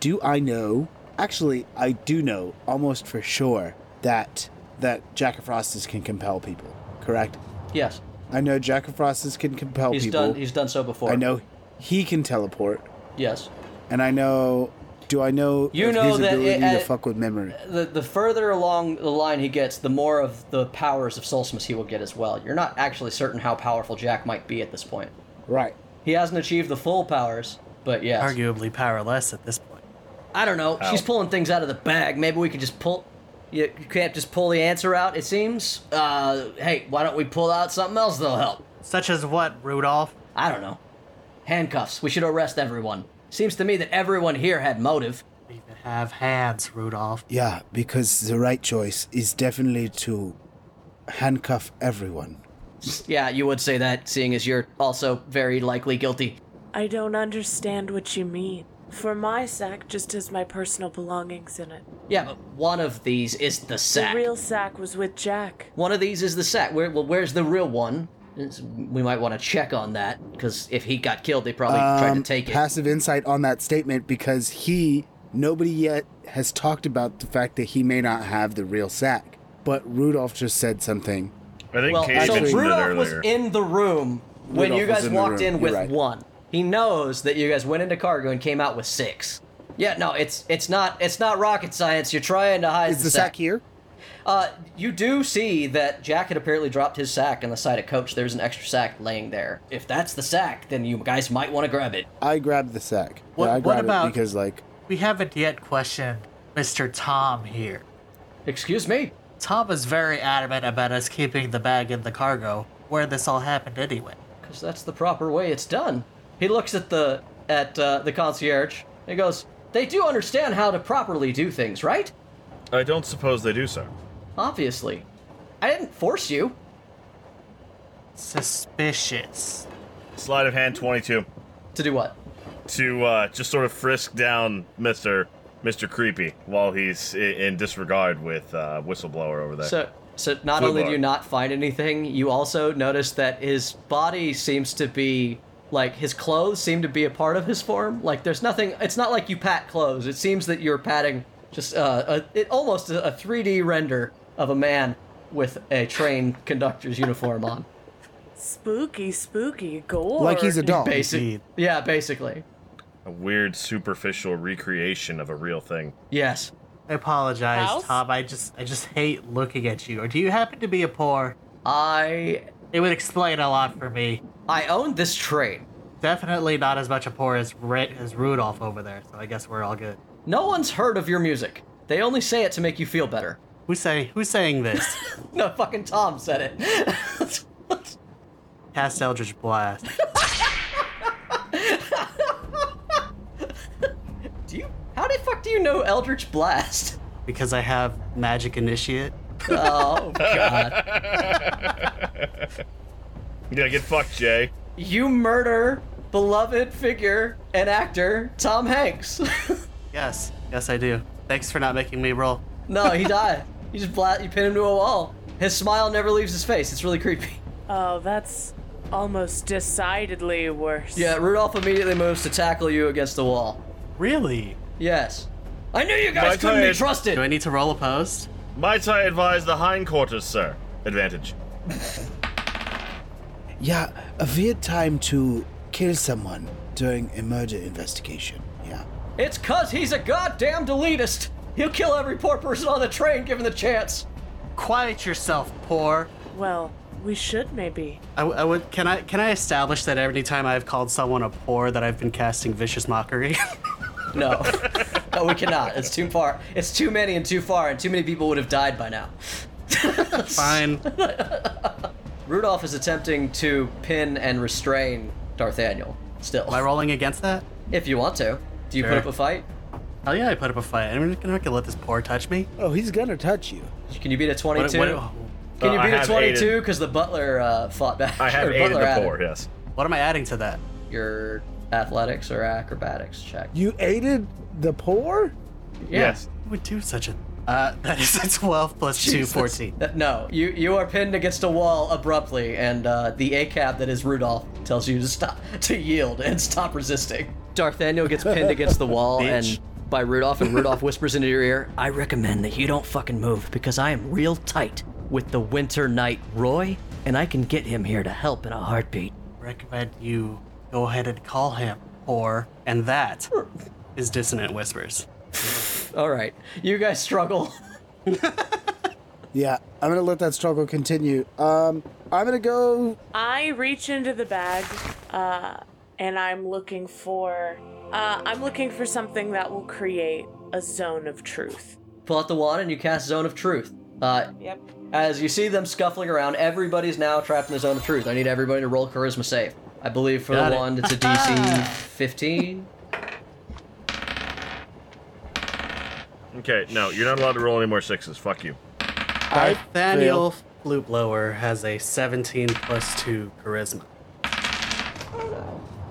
C: do I know? Actually, I do know almost for sure that that Jack of Frost's can compel people. Correct.
A: yes,
C: I know Jack of Frost's can compel
A: he's
C: people.
A: done. He's done so before.
C: I know he can teleport,
A: Yes.
C: and I know. Do I know
A: You
C: of
A: know
C: his
A: that
C: ability
A: it-
C: to
A: uh,
C: fuck with memory?
A: The the further along the line he gets, the more of the powers of Solstice he will get as well. You're not actually certain how powerful Jack might be at this point.
C: Right.
A: He hasn't achieved the full powers, but yes.
B: Arguably powerless at this point.
A: I don't know. She's
D: Ow.
A: pulling things out of the bag. Maybe we could just pull. You, you can't just pull the answer out. It seems. Uh, hey, why don't we pull out something else that'll help?
B: Such as what, Rudolph?
A: I don't know. Handcuffs. We should arrest everyone. Seems to me that everyone here had motive.
B: We even have hands, Rudolph.
C: Yeah, because the right choice is definitely to handcuff everyone.
A: Yeah, you would say that, seeing as you're also very likely guilty.
E: I don't understand what you mean. For my sack just has my personal belongings in it.
A: Yeah, but one of these is the sack.
E: The real sack was with Jack.
A: One of these is the sack. Where, well, where's the real one? It's- we might want to check on that because if he got killed, they probably tried to
C: Um,
A: take it.
C: Passive insight on that statement because he nobody yet has talked about the fact that he may not have the real sack. But Rudolph just said something.
D: I think
A: Well,
D: Katie
A: so
D: mentioned it
A: Rudolph was
D: earlier.
A: in the room when
C: Rudolph
A: you
C: was
A: guys
C: in the
A: walked
C: room,
A: in
C: you're
A: with
C: right.
A: one. He knows that you guys went into cargo and came out with six. Yeah, no, it's it's not it's not rocket science. You're trying to hide
C: Is the sack here?
A: Uh, you do see that Jack had apparently dropped his sack on the side of coach. There's an extra sack laying there. If that's the sack, then you guys might want to grab it.
C: I grabbed the sack.
B: What-
C: Yeah, I
B: what
C: grabbed
B: about-
C: it because like
B: We haven't yet questioned Mr. Tom here.
A: Excuse me.
B: Tom is very adamant about us keeping the bag in the cargo, where this all happened anyway.
A: because that's the proper way it's done. He looks at the at uh, the concierge. and goes, "They do understand how to properly do things, right?
D: I don't suppose they do so.
A: Obviously, I didn't force you.
B: Suspicious.
D: Sleight of hand 22
A: to do what?
D: to uh, just sort of frisk down Mr. Mr. Creepy while he's i- in disregard with uh, whistleblower over there.
A: So, so not
D: Flew
A: only do
D: by.
A: you not find anything, you also notice that his body seems to be like his clothes seem to be a part of his form. Like there's nothing. It's not like you pat clothes. It seems that you're patting just uh, a, it almost a, a 3D render of a man with a train conductor's uniform on.
E: Spooky, spooky gore.
C: Like he's a doll.
A: Basic.
B: indeed.
A: Yeah, basically.
D: A weird superficial recreation of a real thing.
A: Yes.
B: I apologize,
E: House?
B: Tom. I just I just hate looking at you. Or do you happen to be a poor?
A: I
B: It would explain a lot for me.
A: I own this train.
B: Definitely not as much a poor as Rit as Rudolph over there. So I guess we're all good.
A: No one's heard of your music. They only say it to make you feel better.
B: Who's say who's saying this?
A: No, fucking Tom said it.
B: Cast Eldritch Blast.
A: do you? How the fuck do you know Eldritch Blast?
B: Because I have magic initiate.
A: Oh god.
D: Yeah, get fucked, Jay.
A: You murder beloved figure and actor Tom Hanks.
B: Yes. Yes I do. Thanks for not making me roll.
A: no, he died. You just blast. You pin him to a wall. His smile never leaves his face. It's really creepy.
E: Oh, that's almost decidedly worse.
A: Yeah, Rudolph immediately moves to tackle you against the wall.
B: Really?
A: Yes. I knew you guys
D: My
A: couldn't be
D: turn.
B: Do I
A: trusted.
B: need to roll a post?
D: Might I advise the hindquarters, sir? Advantage.
I: Yeah, a weird time to kill someone during a murder investigation. Yeah.
A: It's cause he's a goddamn elitist. He'll kill every poor person on the train given the chance.
B: Quiet yourself, poor.
E: Well, we should maybe.
B: I, I would. Can I? Can I establish that every time I've called someone a poor, that I've been casting vicious mockery?
A: No. no, we cannot. It's too far. It's too many and too far, and too many people would have died by now.
B: Fine.
A: Rudolph is attempting to pin and restrain Darthaniel. Still.
B: Am I rolling against that?
A: If you want to. Do you put
B: Sure.
A: up a fight?
B: Hell yeah, I put up a fight. I'm not gonna, I'm not gonna let this poor touch me. Oh.
C: Oh, he's gonna touch you.
A: Can you beat a
B: What,
A: 22?
B: what,
A: Can you
D: Uh, I
A: beat a
D: have
A: 22?
D: aided-
A: Because the butler uh, fought back.
D: I have
A: Or
D: aided
A: butler
D: the
A: added.
D: poor, yes.
B: what am I adding to that?
A: Your athletics or acrobatics check.
C: You aided the poor?
A: Yeah.
D: Yes.
B: Who would do such a? Uh, that is a 12 plus 2,
A: Jesus.
B: 14.
A: That- Uh, no, you you are pinned against a wall abruptly, and uh, the ACAB that is Rudolph tells you to stop, to yield, and stop resisting. Darthaniel gets pinned against the wall
B: Bitch.
A: and by Rudolph, and Rudolph whispers into your ear, "I recommend that you don't fucking move because I am real tight with the Winter Knight Roy, and I can get him here to help in a heartbeat."
B: Recommend you go ahead and call him poor, and that is dissonant whispers.
A: All right, you guys struggle.
C: Yeah, I'm gonna let that struggle continue. Um, I'm gonna go.
E: I reach into the bag, uh, and I'm looking for. Uh, I'm looking for something that will create a zone of truth.
A: Pull out the wand and you cast Zone of Truth. Uh,
E: Yep.
A: As you see them scuffling around, everybody's now trapped in the zone of truth. I need everybody to roll charisma save. I believe for
B: Got
A: the
B: it.
A: wand, it's a DC 15.
D: Okay, no, you're not allowed to roll any more sixes. Fuck you.
B: Nathaniel Flute Blower has a 17 plus 2 charisma.
A: All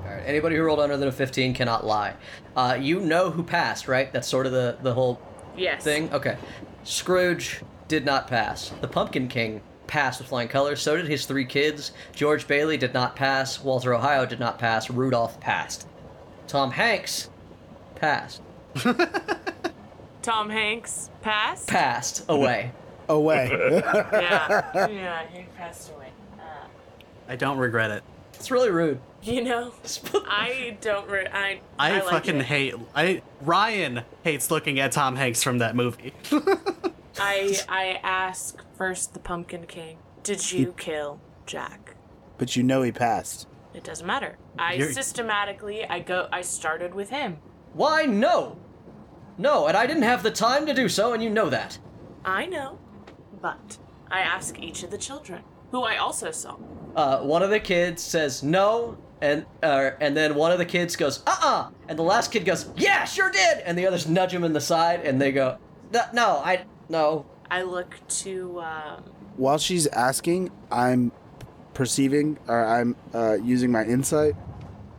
A: right. Anybody who rolled under than a 15 cannot lie. Uh, you know who passed, right? That's sort of the, the whole
E: Yes.
A: thing. Okay. Scrooge did not pass. The Pumpkin King passed with flying colors. So did his three kids. George Bailey did not pass. Walter Ohio did not pass. Rudolph passed. Tom Hanks passed.
E: Tom Hanks passed.
A: Passed away.
C: away.
E: yeah. Yeah, he passed away. Uh,
B: I don't regret it.
A: it's really rude.
E: you know, I don't. Re- I.
B: I,
E: like
B: fucking
E: it.
B: hate. I Ryan hates looking at Tom Hanks from that movie.
E: I I ask first the Pumpkin King. Did you kill Jack?
I: But you know he passed.
E: It doesn't matter. I
B: You're-
E: systematically. I go. I started with him.
A: Why, no! No, and I didn't have the time to do so, and you know that.
E: I know, but I ask each of the children, who I also saw.
A: Uh, one of the kids says no, and uh, and then one of the kids goes, uh uh and the last kid goes, yeah, sure did! And the others nudge him in the side, and they go, "Th- no, I, no.
E: I look to. Um,
C: While she's asking, I'm perceiving, or I'm uh, using my insight.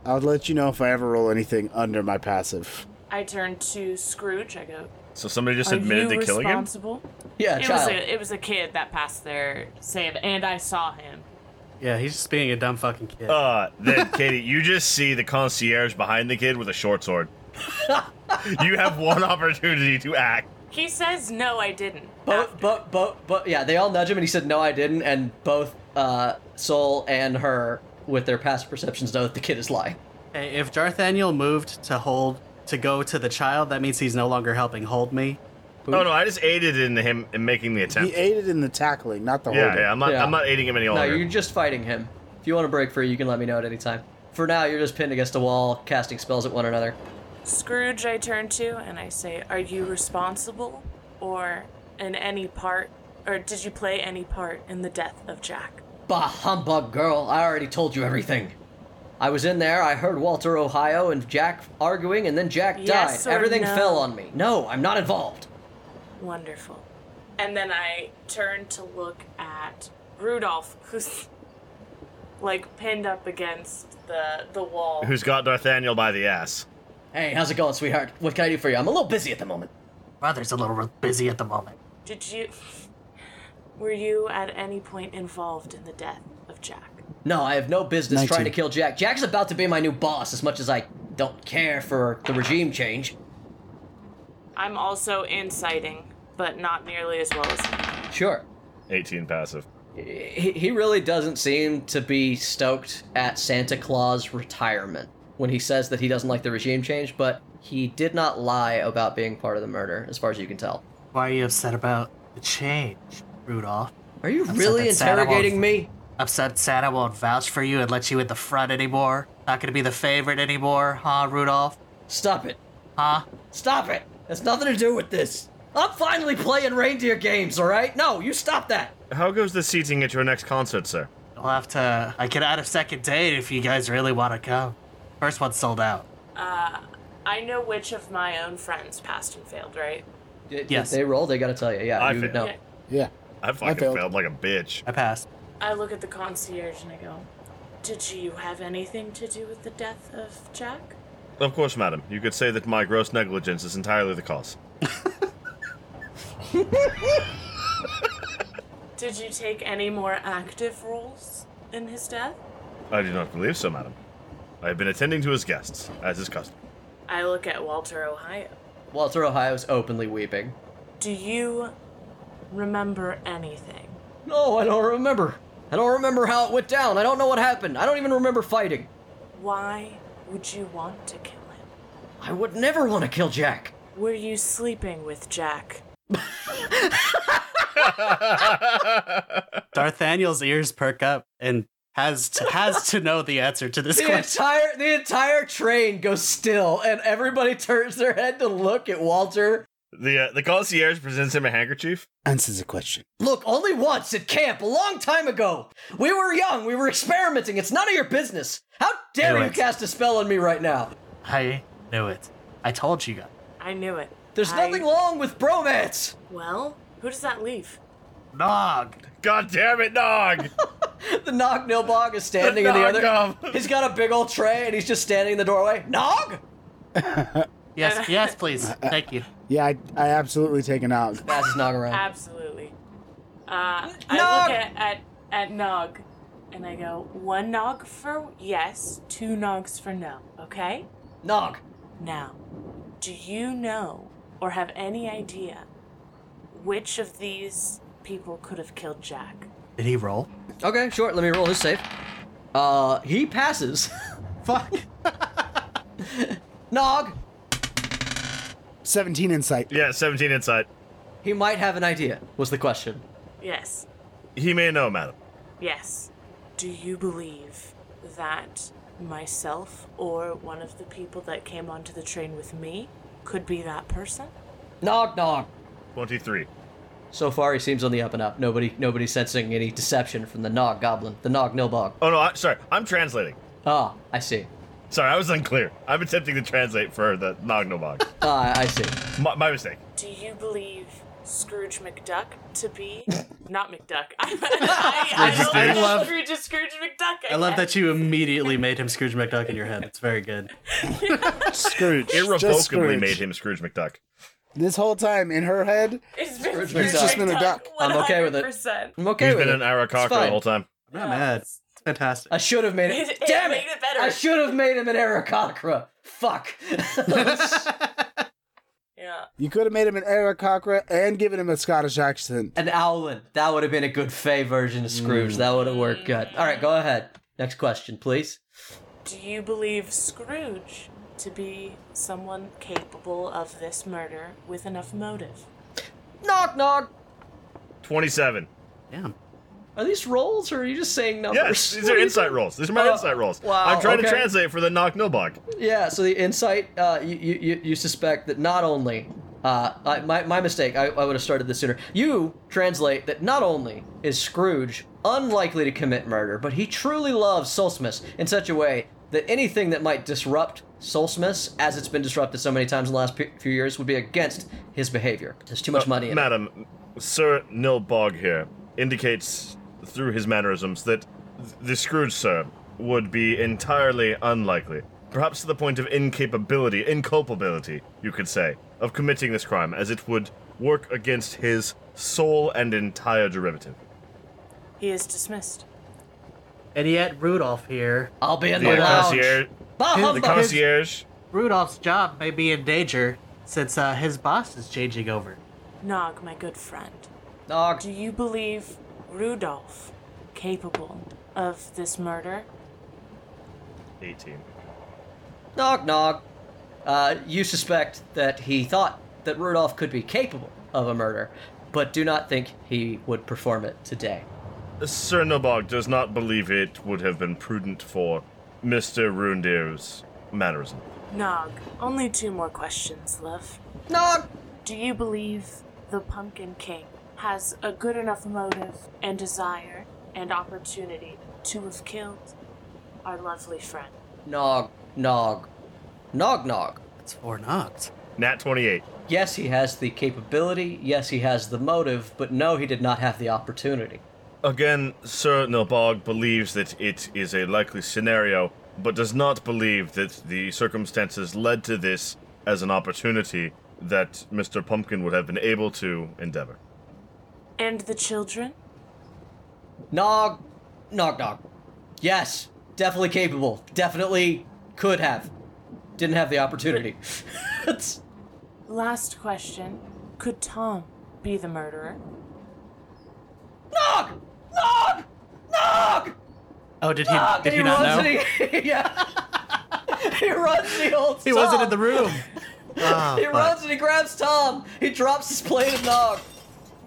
C: I'll let you know if I ever roll anything under my passive.
E: I turn to Scrooge. I go.
D: So somebody just
E: Are
D: admitted
E: you
D: to killing him?
E: responsible?
A: Yeah,
E: It was
A: child.
E: a it was a kid that passed their save, and I saw him.
B: yeah, he's just being a dumb fucking kid.
D: Uh, then, Katie, you just see the concierge behind the kid with a short sword. you have one opportunity to act.
E: He says no, I didn't.
A: Both, but, but, but, yeah, they all nudge him, and he said, no, I didn't, and both uh, Soul and her with their past perceptions know that the kid is lying.
B: Hey, if Darthaniel moved to hold to go to the child, that means he's no longer helping hold me.
D: Oh no, I just aided in him in making the
C: He
D: attempt.
C: aided in the tackling, not the
D: yeah,
C: holding.
D: yeah, I'm not,
A: Yeah.
D: I'm not aiding him any
A: No,
D: longer.
A: you're just fighting him. If you want to break free, you can let me know at any time. For now, you're just pinned against a wall, casting spells at one another.
E: Scrooge, I turn to and I say, Are you responsible or in any part, or did you play any part in the death of Jack?
A: Bah humbug, girl! I already told you everything. I was in there. I heard Walter Ohio and Jack arguing, and then Jack
E: Yes
A: died.
E: or
A: Everything
E: no?
A: fell on me. No, I'm not involved.
E: Wonderful. And then I turn to look at Rudolph, who's like pinned up against the the wall.
D: Who's got Darthaniel by the ass?
A: Hey, how's it going, sweetheart? What can I do for you? I'm a little busy at the moment.
B: Brother's a little busy at the moment.
E: Did you? Were you at any point involved in the death of Jack?
A: No, I have no business trying to
I: 19.
A: kill Jack. Jack's about to be my new boss, as much as I don't care for the regime change.
E: I'm also inciting, but not nearly as well as.
A: Sure.
D: 18 passive.
A: He, he really doesn't seem to be stoked at Santa Claus' retirement when he says that he doesn't like the regime change, but he did not lie about being part of the murder, as far as you can tell.
B: Why are you upset about the change, Rudolph?
A: Are you
B: Upset
A: really
B: that Santa
A: interrogating
B: won't-
A: me?
B: Upset Santa won't vouch for you and let you in the front anymore? Not gonna be the favorite anymore, huh, Rudolph?
A: Stop it.
B: Huh?
A: Stop it. That's nothing to do with this. I'm finally playing reindeer games, all right? No, you stop that.
D: How goes the seating at your next concert, sir?
B: I'll have to. I can add a second date if you guys really want to go. First one's sold out.
E: I know which of my own friends passed and failed, right?
A: Did- did
B: Yes.
A: They roll, they gotta tell you. Yeah,
D: I
A: you
D: fit-
A: know.
E: Yeah.
C: Yeah.
D: I fucking
C: failed.
D: failed. like a bitch.
B: I passed.
E: I look at the concierge and I go, Did you have anything to do with the death of Jack?
D: Of course, madam. You could say that my gross negligence is entirely the cause.
E: Did you take any more active roles in his death?
D: I do not believe so, madam. I have been attending to his guests, as is custom.
E: I look at Walter Ohio.
A: Walter Ohio's openly weeping.
E: Do you remember anything?
A: No, I don't remember. I don't remember how it went down. I don't know what happened. I don't even remember fighting.
E: Why would you want to kill him?
A: I would never want to kill Jack.
E: Were you sleeping with Jack?
B: Darthaniel's ears perk up and has to, has to know the answer to this
A: The
B: question.
A: entire the entire train goes still, and everybody turns their head to look at Walter.
D: The uh, the concierge presents him a handkerchief.
I: Answer the question.
A: Look, only once at camp, a long time ago. We were young. We were experimenting. It's none of your business. How dare you
B: Anyway.
A: cast a spell on me right now?
B: I knew it. I told you guys.
E: I knew it.
A: There's
E: I-
A: nothing wrong with bromance.
E: Well, who does that leave?
B: Nog!
D: God damn it, Nog!
A: The Nog Nilbog is standing in the
D: Nog
A: other.
D: Nob.
A: He's got a big old tray, and he's just standing in the doorway. Nog.
B: Yes, yes, please. Thank you.
C: Yeah, I, I absolutely take an out.
A: Passes Nog around.
E: Absolutely. Uh, I
A: Nog!
E: look at, at at Nog, and I go one Nog for yes, two Nogs for no. Okay.
A: Nog.
E: Now, do you know or have any idea which of these people could have killed Jack?
B: Did he roll?
A: Okay, sure. Let me roll his save. Uh, he passes.
B: Fuck.
A: Nog.
C: 17 insight.
D: yeah, 17 insight.
A: He might have an idea. Was the question?
E: Yes.
D: He may know, madam.
E: Yes. Do you believe that myself or one of the people that came onto the train with me could be that person?
A: Nog, nog.
D: 23.
A: So far, he seems on the up and up. Nobody, nobody's sensing any deception from the Nog Goblin, the Nog Nilbog.
D: Oh no, I, sorry, I'm translating.
A: Ah, I see.
D: Sorry, I was unclear. I'm attempting to translate for the Nognobog.
A: Ah, I see.
D: my, my mistake.
E: Do you believe Scrooge McDuck to be not McDuck? I, I, I,
B: I
E: I,
B: love-
E: love Scrooge is Scrooge McDuck.
B: I love
E: guess.
B: that you immediately made him Scrooge McDuck in your head. It's very good.
C: Scrooge. Just
D: Irrevocably
C: Scrooge.
D: made him Scrooge McDuck.
C: This whole time in her head,
E: It's been Scrooge,
A: Scrooge
E: McDuck.
A: just
C: been a duck.
A: I'm okay with it.
E: 100%.
A: I'm okay
D: He's
A: with
D: been
A: it.
D: an Arakaku
A: It's fine.
D: the whole time.
B: I'm not mad. It's fantastic.
A: I should have made it.
E: It- it
A: Damn
E: made it better.
A: I should have made him an Arakakra. Fuck.
E: Yeah.
C: You could have made him an Eric Cochran and given him a Scottish accent.
A: An Owlin. That would have been a good Fey version of Scrooge. That would have worked good. All right, go ahead. Next question, please.
E: Do you believe Scrooge to be someone capable of this murder with enough motive?
A: Knock, knock.
D: 27.
K: Damn.
A: Are these rolls or are you just saying numbers?
D: Yes, these
A: What
D: are
A: you-
D: insight rolls. These are my
A: Oh,
D: insight rolls.
A: wow,
D: I'm trying
A: okay.
D: to translate for the knock no buck.
A: Yeah, so the insight, uh, you, you, you- you suspect that not only, uh, I, my, my mistake, I, I would have started this sooner. You translate that not only is Scrooge unlikely to commit murder, but he truly loves Solstice in such a way that anything that might disrupt Solstice, as it's been disrupted so many times in the last pe- few years, would be against his behavior. There's too much money in it.
D: Madam, Sir Nilbog here indicates through his mannerisms that th- the Scrooge, sir, would be entirely unlikely, perhaps to the point of incapability, inculpability, you could say, of committing this crime, as it would work against his sole and entire derivative.
E: He is dismissed.
B: And yet, Rudolph here,
A: I'll be in
D: The
A: the lounge.
D: concierge,
A: Bah,
D: the
A: humbug.
D: concierge
B: Rudolph's job may be in danger since uh, his boss is changing over.
E: Nog, my good friend,
A: Dog.
E: do you believe Rudolph capable of this murder?
D: 18.
A: Knock, knock. Uh, you suspect that he thought that Rudolph could be capable of a murder, but do not think he would perform it today.
D: Sir Nobog does not believe it would have been prudent for Mr. Rundir's mannerism.
E: Nog, only two more questions, love.
A: Knock!
E: Do you believe the Pumpkin King has a good enough motive and desire and opportunity to have killed our lovely friend?
A: Nog, nog. Nog, nog.
K: That's four knocks.
D: Nat 28.
A: Yes, he has the capability. Yes, he has the motive, but no, he did not have the opportunity.
D: Again, Sir Nobog believes that it is a likely scenario, but does not believe that the circumstances led to this as an opportunity that Mr. Pumpkin would have been able to endeavor.
E: And the children?
A: Nog, nog, nog. Yes, definitely capable. Definitely could have. Didn't have the opportunity. It's-
E: Last question Could Tom be the murderer?
A: nog! Nog! Nog!
B: Oh, did he?
A: Ah,
B: did
A: he
B: he not
A: runs
B: know?
A: and he- yeah. he runs the old
B: He wasn't in the
A: Tom.
B: room. Ah,
A: He
B: fuck.
A: runs and he grabs Tom. He drops his plate of nog.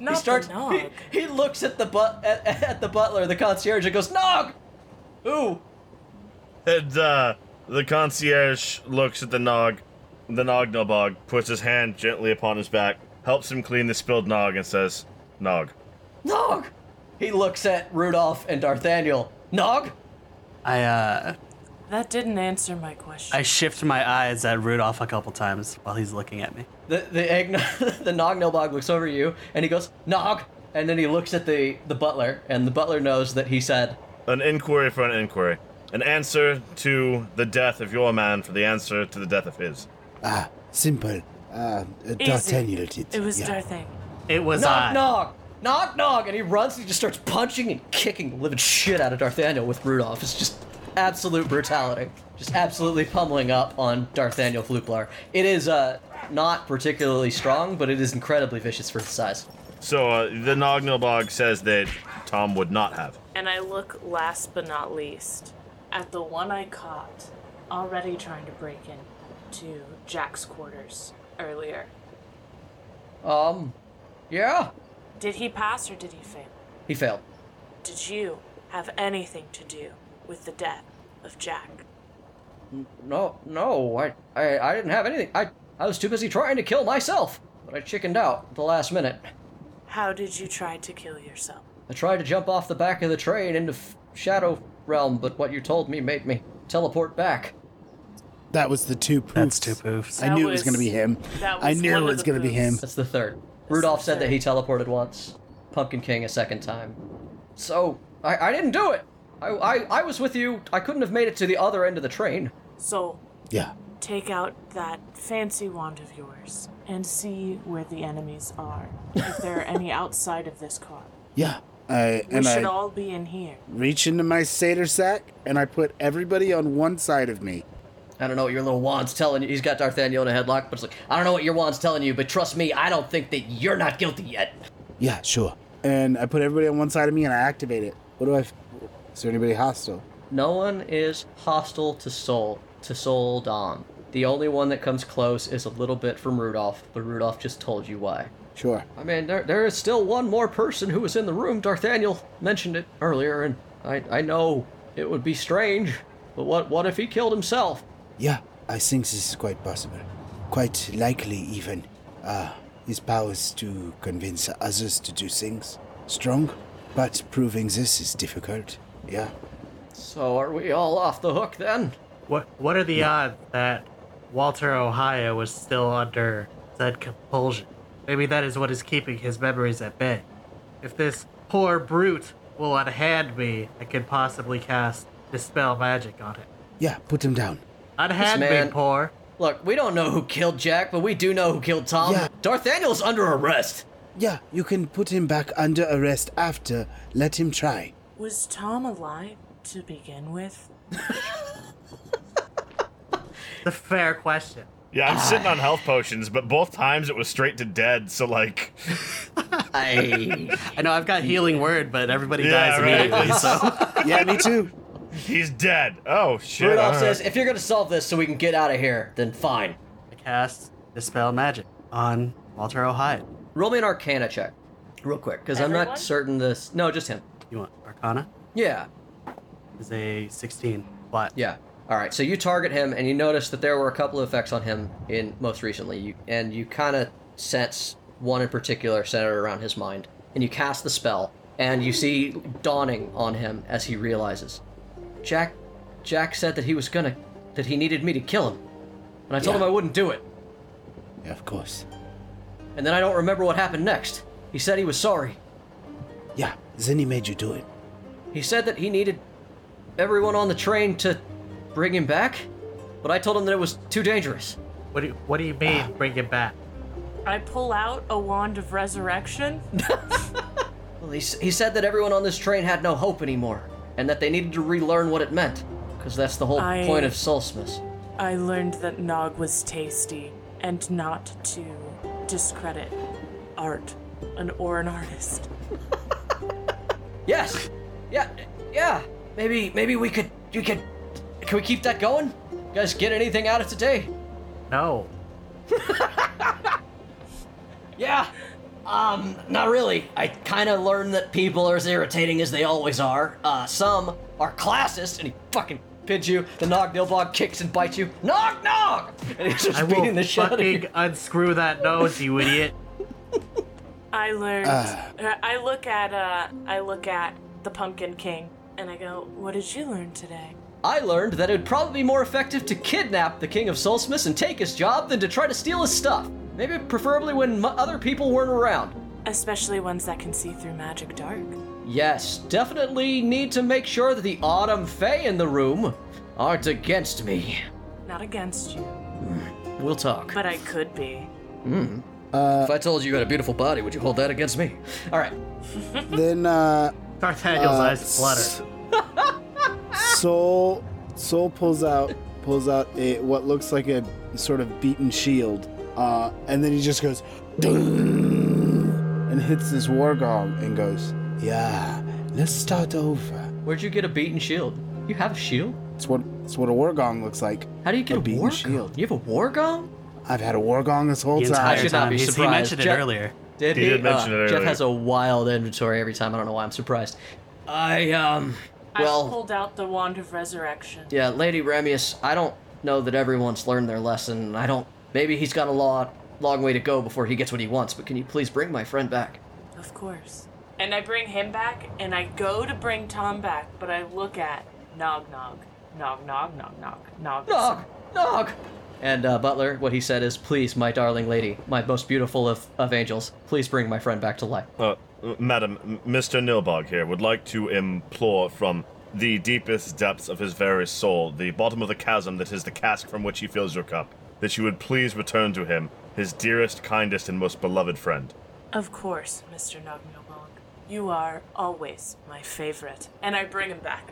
E: Not
A: he starts.
E: the Nog.
A: He, he looks at the but at, at the butler, the concierge, and goes nog. Ooh,
D: And uh, the concierge looks at the Nog. The Nog Nobog puts his hand gently upon his back, helps him clean the spilled Nog, and says, Nog,
A: nog. He looks at Rudolph and D'Arthaniel. Nog.
K: I uh
E: That didn't answer my question.
K: I shift my eyes at Rudolph a couple times while he's looking at me.
A: The the egg the nog nobog looks over at you and he goes nog. And then he looks at the the butler, and the butler knows that he said
D: an inquiry for an inquiry. An answer to the death of your man for the answer to the death of his.
I: Ah, simple.
C: Ah,
I: Uh, D'Artagnan did.
E: it was
I: yeah.
E: D'Arthang.
B: It was I.
A: Knock, knock, knock, knock, and he runs and he just starts punching and kicking the living shit out of Darthaniel with Rudolph. It's just absolute brutality. Just absolutely pummeling up on Darthaniel Fluplar. It is uh, not particularly strong, but it is incredibly vicious for its size.
D: So uh, the Nog Nobog says that Tom would not have.
E: And I look last but not least at the one I caught already trying to break in to Jack's quarters earlier.
A: Um, yeah,
E: Did he pass or did he fail?
A: he failed.
E: Did you have anything to do with the death of Jack?
A: No, no, I, I, I didn't have anything. I, I was too busy trying to kill myself, but I chickened out at the last minute.
E: How did you try to kill yourself?
A: I tried to jump off the back of the train into f- Shadow Realm, but what you told me made me teleport back.
I: That was the two poofs.
K: That's two poofs.
I: I
E: That
I: knew it was going to
E: was-
I: be him.
E: that
I: I
E: was
I: knew
E: one
I: it
E: of
I: was
E: the
I: going to be him.
A: That's the third. Rudolph said
E: third.
A: that he teleported once, Pumpkin King a second time. So, I, I didn't do it! I, I, I was with you. I couldn't have made it to the other end of the train.
E: So
I: Yeah.
E: take out that fancy wand of yours and see where the enemies are. If there are any outside of this car,
I: Yeah. I,
E: we
I: and I
E: should all be in here.
I: reach into my satyr sack and I put everybody on one side of me.
A: I don't know what your little wand's telling you. He's got D'Arthaniel in a headlock, but it's like, I don't know what your wand's telling you, but trust me, I don't think that you're not guilty yet.
I: Yeah, sure.
C: And I put everybody on one side of me and I activate it. What do I? F- Is there anybody hostile?
A: No one is hostile to Sol, to Sol Dom. The only one that comes close is a little bit from Rudolph, but Rudolph just told you why.
C: Sure.
A: I mean, there, there is still one more person who was in the room. D'Arthaniel mentioned it earlier, and I, I know it would be strange, but what, what if he killed himself?
I: Yeah, I think this is quite possible. Quite likely, even. Ah, his powers to convince others to do things. Strong, but proving this is difficult. Yeah.
A: So are we all off the hook then?
B: What What are the odds that Walter Ohio was still under said compulsion? Maybe that is what is keeping his memories at bay. If this poor brute will unhand me, I could possibly cast dispel magic on him.
I: Yeah, put him down.
B: Unhand me,
A: man-
B: poor.
A: Look, we don't know who killed Jack, but we do know who killed Tom.
I: Yeah.
A: D'Arthaniel's under arrest.
I: Yeah, you can put him back under arrest after. Let him try.
E: Was Tom alive to begin with?
B: The fair question.
D: Yeah, I'm sitting on health potions, but both times it was straight to dead. So like,
A: I
K: I know I've got healing word, but everybody
D: Yeah,
K: dies
D: right.
K: immediately. So
C: Yeah, me too.
D: he's dead. Oh shit!
A: Rudolph
D: all
A: says,
D: right.
A: if you're gonna solve this so we can get out of here, then fine.
K: I cast dispel magic on Walter Ohio.
A: Roll me an Arcana check, real quick, because I'm
E: Everyone?
A: not certain this. No, just him.
K: You want Arcana?
A: Yeah,
K: Is a 16 flat.
A: yeah. All right. So you target him, and you notice that there were a couple of effects on him in most recently. You and you kind of sense one in particular centered around his mind, and you cast the spell, and you see dawning on him as he realizes, Jack, Jack said that he was gonna, that he needed me to kill him, and I told him I wouldn't do it.
I: Yeah, of course.
A: And then I don't remember what happened next. He said he was sorry.
I: Yeah, then he made you do it.
A: He said that he needed everyone on the train to bring him back, but I told him that it was too dangerous.
B: What do you, What do you mean? Bring him back?
E: I pull out a wand of resurrection.
A: Well, he, s- he said that everyone on this train had no hope anymore, and that they needed to relearn what it meant, because that's the whole
E: I-
A: point of Solstice.
E: I learned that Nog was tasty and not to discredit art an or an artist.
A: Yes, yeah, yeah. Maybe, maybe we could, we could, can we keep that going? You guys, get anything out of today?
B: No.
A: Yeah. Um, not really. I kind of learned that people are as irritating as they always are. Uh, some are classist, and he fucking pins you. The Nog Nilbog kicks and bites you. Nog Nog! And he's just
B: I
A: beating
B: will
A: the shit out of you.
B: fucking unscrew that nose, you idiot.
E: I learned.
A: Ah.
E: er, I look at uh, I look at the Pumpkin King, and I go, "What did you learn today?"
A: I learned that it would probably be more effective to kidnap the King of Solstice and take his job than to try to steal his stuff. Maybe preferably when m- other people weren't around.
E: Especially ones that can see through magic dark.
A: Yes, definitely need to make sure that the Autumn Fae in the room aren't against me.
E: Not against you,
A: We'll talk.
E: but I could be.
C: Uh,
A: If I told you you had a beautiful body, would you hold that against me? All right.
C: then uh,
B: D'Artagnel's
C: Uh,
B: eyes flutter.
C: Soul Soul pulls out pulls out a, what looks like a sort of beaten shield, uh, and then he just goes "Dung," and hits his war gong and goes.
I: Yeah, let's start over.
A: Where'd you get a beaten shield? You have a shield?
C: It's what it's what a war gong looks like.
A: How do you get
C: A
A: a,
C: beaten
A: war
C: shield.
A: shield? You have a war gong?
C: I've had a war gong this whole
K: The
C: time.
K: entire
A: should not
K: time.
A: be
K: He's- He
A: surprised.
K: mentioned it
A: Jack-
K: earlier.
A: Did
D: He did mention it
A: Uh, Jeff
D: earlier.
A: has a wild inventory every time. I don't know why I'm surprised. I um
E: I
A: well
E: pulled out the wand of resurrection.
A: yeah, Lady Ramius. I don't know that everyone's learned their lesson. I don't. Maybe he's got a lot long way to go before he gets what he wants. But can you please bring my friend back?
E: Of course. And I bring him back, and I go to bring Tom back, but I look at Nog Nog. Nog Nog Nog Nog Nog.
A: Nog, Nog. And uh, Butler, what he said is, please, my darling lady, my most beautiful of, of angels, please bring my friend back to life.
D: Uh, Madam, M- Mr. Nilbog here would like to implore from the deepest depths of his very soul, the bottom of the chasm that is the cask from which he fills your cup, that you would please return to him, his dearest, kindest, and most beloved friend.
E: Of course, Mr. Nog Nog. You are always my favorite. And I bring him back.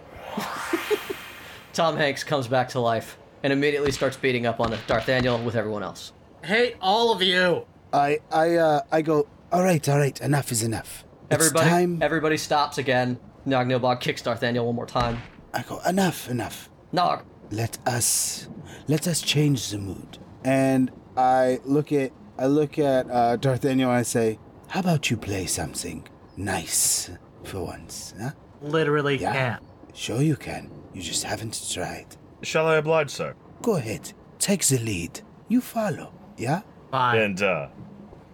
A: Tom Hanks comes back to life. and immediately starts beating up on Darthaniel with everyone else.
B: Hate all of you.
I: I I uh I go, all right, all right, enough is enough.
A: Everybody,
I: it's time.
A: everybody stops again. Nog Nobog kicks Darthaniel one more time.
I: I go, enough, enough.
A: Nog,
I: Let us let us change the mood. And I look at I look at uh Darthaniel and I say, How about you play something nice for once, huh?
B: Literally
I: Yeah.
B: can't.
I: Sure you can. You just haven't tried.
D: Shall I oblige, sir?
I: Go ahead. Take the lead. You follow. Yeah?
B: Fine.
D: And uh,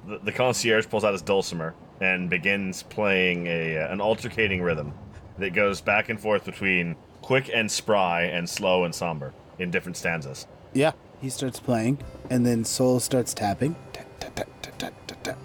D: the, the concierge pulls out his dulcimer and begins playing a uh, an altercating rhythm that goes back and forth between quick and spry and slow and somber in different stanzas.
I: Yeah. He starts playing, and then Soul starts tapping. Tap, tap, tap, tap, tap, tap, tap,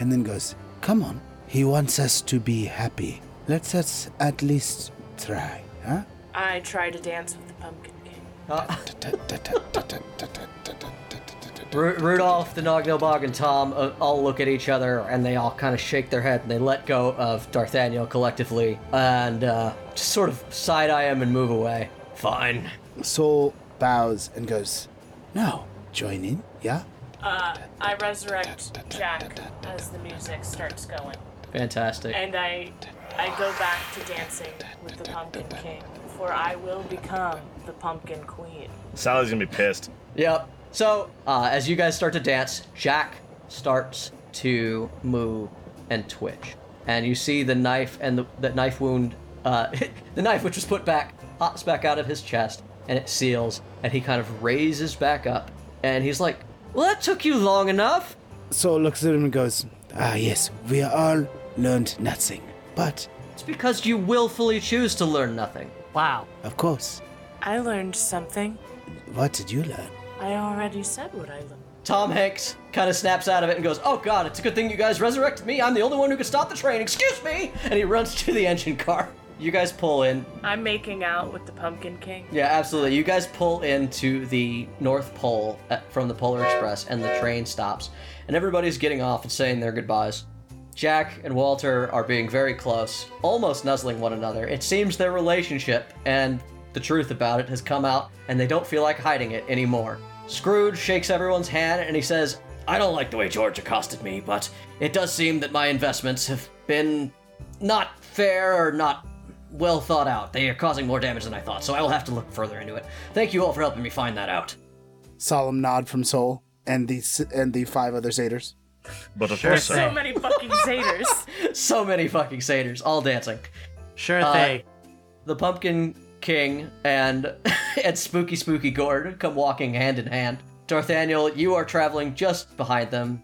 I: and then goes, Come on. He wants us to be happy. Let us at least try. Huh?
E: I try to dance with the pumpkin king.
I: Tap, tap, tap, tap, tap, tap, tap, tap, tap, tap, tap, tap, tap.
A: Ru- Rudolph, the Nognobog, and Tom uh, all look at each other and they all kind of shake their head and they let go of Darthaniel collectively and uh, just sort of side eye him and move away. Fine.
I: Soul bows and goes, No. Join in. Yeah?
E: Uh, I resurrect Jack as the music starts going,
A: Fantastic.
E: and I I go back to dancing with the pumpkin king, for I will become the pumpkin queen.
D: Sally's gonna be pissed.
A: Yep. So, uh, as you guys start to dance, Jack starts to move and twitch, and you see the knife and the, the knife wound, uh, the knife which was put back, pops back out of his chest, and it seals, and he kind of raises back up, and he's like, "Well, that took you long enough."
I: Soul looks at him and goes, Ah, yes. We all learned nothing. But,
A: It's because you willfully choose to learn nothing.
B: Wow.
I: of course,
E: I learned something.
I: what did you learn?
E: I already said what I learned.
A: Tom Hanks kind of snaps out of it and goes, "Oh God, it's a good thing you guys resurrected me. I'm the only one who could stop the train. Excuse me!" And he runs to the engine car. You guys pull in.
E: I'm making out with the pumpkin king.
A: Yeah, absolutely. You guys pull into the North Pole uh, from the Polar Express, and the train stops, and everybody's getting off and saying their goodbyes. Jack and Walter are being very close, almost nuzzling one another. It seems their relationship and the truth about it has come out, and they don't feel like hiding it anymore. Scrooge shakes everyone's hand and he says, I don't like the way George accosted me, but it does seem that my investments have been not fair or not well thought out. They are causing more damage than I thought, so I will have to look further into it. Thank you all for helping me find that out.
I: solemn nod from Soul and the s- and the five other satyrs.
D: But of
B: Sure
D: course,
B: thing.
D: sir.
E: So many fucking satyrs.
A: So many fucking satyrs, all dancing.
B: Sure
K: Uh,
B: thing.
A: The Pumpkin King and and Spooky Spooky Gord come walking hand in hand. Darthaniel, you are traveling just behind them.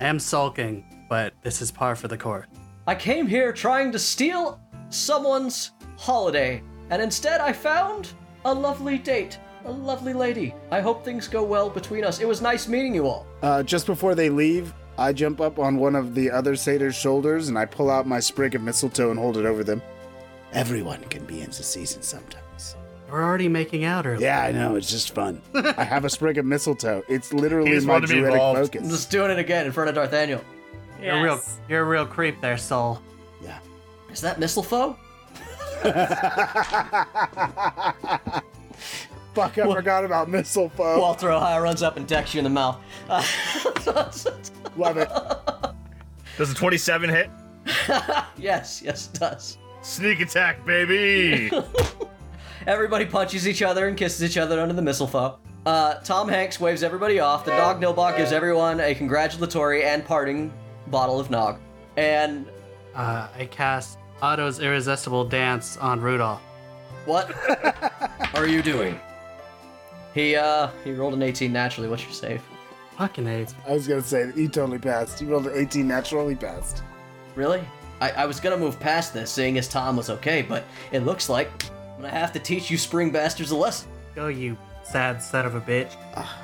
K: I am sulking, but this is par for the course.
A: I came here trying to steal someone's holiday, and instead I found a lovely date, a lovely lady. I hope things go well between us. It was nice meeting you all.
C: Uh, just before they leave, I jump up on one of the other satyrs' shoulders and I pull out my sprig of mistletoe and hold it over them.
I: Everyone can be in the season sometimes.
K: We're already making out early.
I: Yeah, I know. It's just fun.
C: I have a sprig of mistletoe. It's
D: He
C: literally
D: just
C: my
D: wanted to be
C: druidic
D: involved.
A: I'm
C: focus.
A: just doing it again in front of Darthaniel.
B: You're a real
E: Yes.
B: you're a real creep there, Soul.
I: yeah.
A: Is that mistletoe?
C: Fuck, I forgot about mistletoe.
A: Walter Ohio runs up and decks you in the mouth. Uh,
C: Love it.
D: Does a 27 hit?
A: yes, yes, it does.
D: Sneak attack, baby!
A: Everybody punches each other and kisses each other under the mistletoe. Uh, Tom Hanks waves everybody off. The Nog Nobog gives everyone a congratulatory and parting bottle of Nog. And
K: Uh,
B: I cast Otto's irresistible dance on Rudolph.
A: what are you doing? He uh he rolled an 18 naturally. What's your save?
B: Fucking AIDS.
C: I was gonna say he totally passed. He rolled an 18 naturally passed.
A: Really? I, I was gonna move past this, seeing as Tom was okay, but it looks like I'm gonna have to teach you spring bastards a lesson.
B: Go you sad son of a bitch.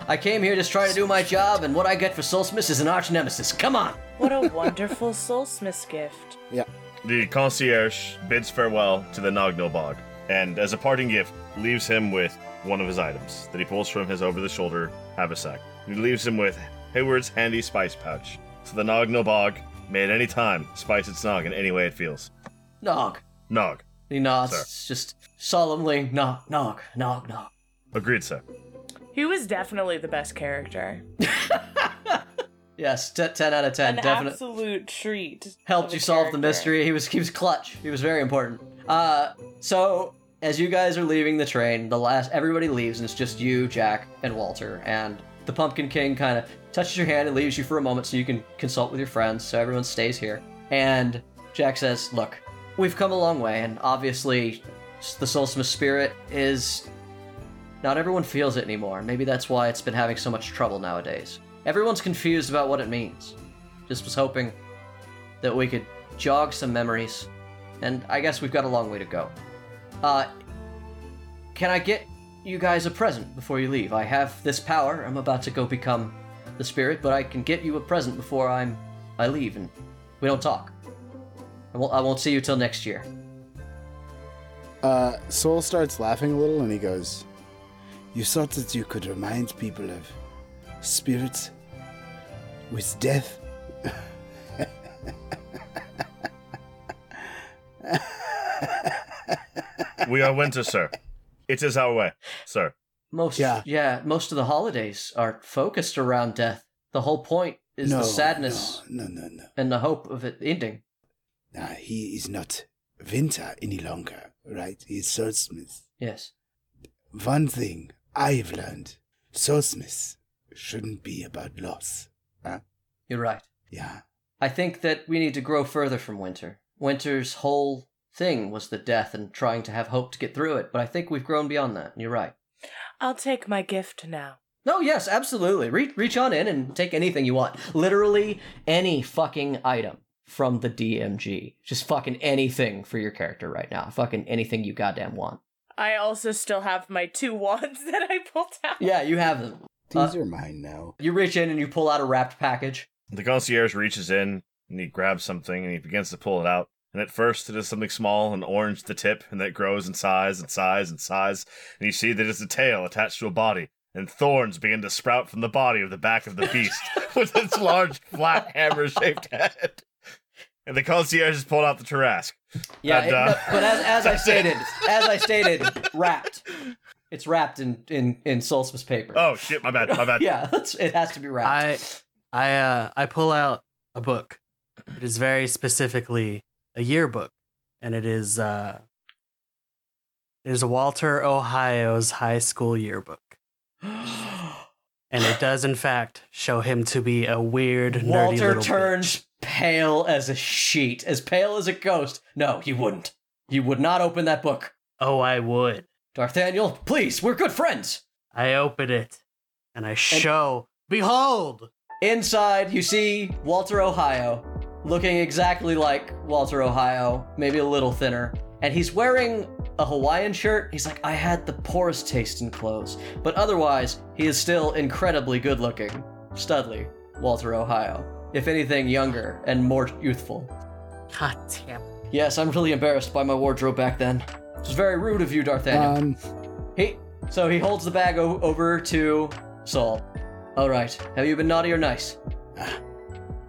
A: I came here just trying to do my job, and what I get for Soulsmith is an arch nemesis. Come on!
E: What a wonderful soulsmith gift.
D: the concierge bids farewell to the Nognobog and, as a parting gift, leaves him with one of his items that he pulls from his over the shoulder haversack. He leaves him with Hayward's handy spice pouch. So the Nognobog may at any time spice its Nog in any way it feels.
A: Nog.
D: Nog.
A: He nods, just solemnly, knock, knock, knock, knock.
D: Agreed, sir.
L: He was definitely the best character.
A: Yes, t- 10 out of
L: An
A: 10. definitely
L: absolute treat.
A: helped
L: of a
A: you solve the
L: character.
A: mystery. He was he was clutch. He was very important. Uh, so as you guys are leaving the train, the last everybody leaves, and it's just you, Jack, and Walter. And the Pumpkin King kind of touches your hand and leaves you for a moment so you can consult with your friends. So everyone stays here. And Jack says, "Look, we've come a long way, and obviously, s- the Solstice Spirit is not everyone feels it anymore. Maybe that's why it's been having so much trouble nowadays. Everyone's confused about what it means. Just was hoping that we could jog some memories, and I guess we've got a long way to go. Uh, can I get you guys a present before you leave? I have this power. I'm about to go become the spirit, but I can get you a present before I'm I leave, and we don't talk. I won't, I won't see you till next year.
I: Uh, Soul starts laughing a little and he goes, You thought that you could remind people of spirits with death?
D: we are winter, sir. It is our way, sir.
A: Most
D: Yeah.
A: yeah. most of the holidays are focused around death. The whole point is
I: No,
A: the sadness
I: No, no, no.
A: and the hope of it ending.
I: no. Uh, he is not winter any longer, right? He is swordsmith.
A: Yes.
I: One thing I've learned swordsmith shouldn't be about loss. Huh?
A: You're right.
I: Yeah.
A: I think that we need to grow further from winter. Winter's whole thing was the death and trying to have hope to get through it, but I think we've grown beyond that. and You're right.
L: I'll take my gift now.
A: No, yes, absolutely. Re- reach on in and take anything you want. Literally any fucking item from the DMG. Just fucking anything for your character right now. Fucking anything you goddamn want.
L: I also still have my two wands that I pulled out.
A: Yeah, you have them.
I: These are mine now.
A: You reach in and you pull out a wrapped package.
D: The concierge reaches in and he grabs something and he begins to pull it out. And at first, it is something small and orange at the tip, and that grows in size and size and size. And you see that it's a tail attached to a body, and thorns begin to sprout from the body of the back of the beast with its large, flat, hammer shaped head. And the concierge has pulled out the Tarask.
A: Yeah,
D: And,
A: it-
D: uh,
A: no, but as, as I
D: that's it.
A: stated, as I stated, wrapped. It's wrapped in in in solstice paper.
D: Oh shit! My bad. My bad.
A: yeah, that's, it has to be wrapped.
K: I I uh I pull out a book. It is very specifically a yearbook, and it is uh it is Walter Ohio's high school yearbook. And it does in fact show him to be a weird nerdy
A: Walter
K: little
A: turns pale as a sheet, as pale as a ghost. No, you wouldn't. You would not open that book.
K: Oh, I would.
A: Darth Daniel, please, we're good friends.
K: I open it and I show Behold!
A: Inside, you see Walter Ohio, looking exactly like Walter Ohio, maybe a little thinner. And he's wearing a Hawaiian shirt. He's like, I had the poorest taste in clothes. But otherwise, he is still incredibly good looking. Studley, Walter Ohio. If anything, younger and more youthful.
K: God damn.
A: Yes, I'm really embarrassed by my wardrobe back then. It was very rude of you, Darth Daniel.
I: Um,
A: He so he holds the bag o- over to Saul. All right. Have you been naughty or nice?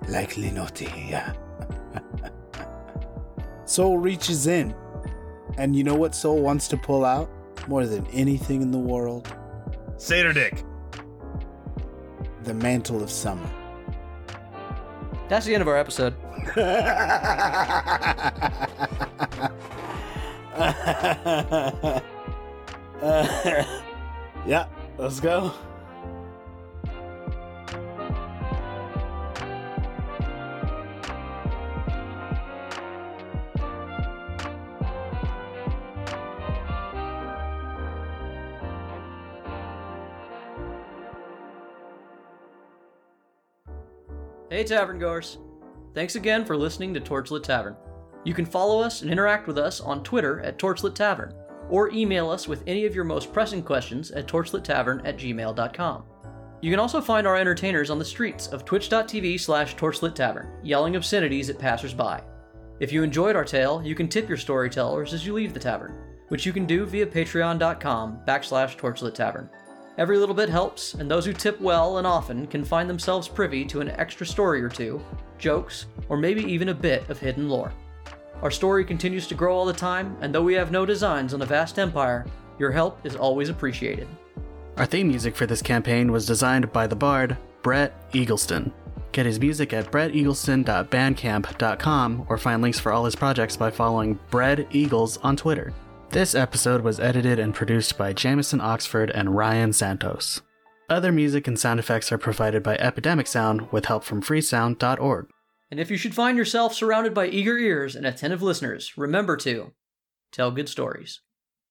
I: Likely naughty, yeah. Soul reaches in, and you know what Soul wants to pull out more than anything in the world?
D: Satyr dick.
I: The mantle of summer.
A: That's the end of our episode.
C: Uh,
I: yeah, let's go.
A: Hey, tavern goers! Thanks again for listening to Torchlit Tavern. You can follow us and interact with us on Twitter at Torchlit Tavern, or email us with any of your most pressing questions at torchlittavern at gmail.com. You can also find our entertainers on the streets of twitch.tv slash torchlittavern, yelling obscenities at passersby. If you enjoyed our tale, you can tip your storytellers as you leave the tavern, which you can do via patreon.com backslash torchlit tavern. Every little bit helps, and those who tip well and often can find themselves privy to an extra story or two, jokes, or maybe even a bit of hidden lore. Our story continues to grow all the time, and though we have no designs on a vast empire, your help is always appreciated.
B: Our theme music for this campaign was designed by the bard Brett Eagleston. Get his music at bretteagleston.bandcamp.com or find links for all his projects by following Brett Eagles on Twitter. This episode was edited and produced by Jamison Oxford and Ryan Santos. Other music and sound effects are provided by Epidemic Sound with help from freesound.org.
A: And if you should find yourself surrounded by eager ears and attentive listeners, remember to tell good stories.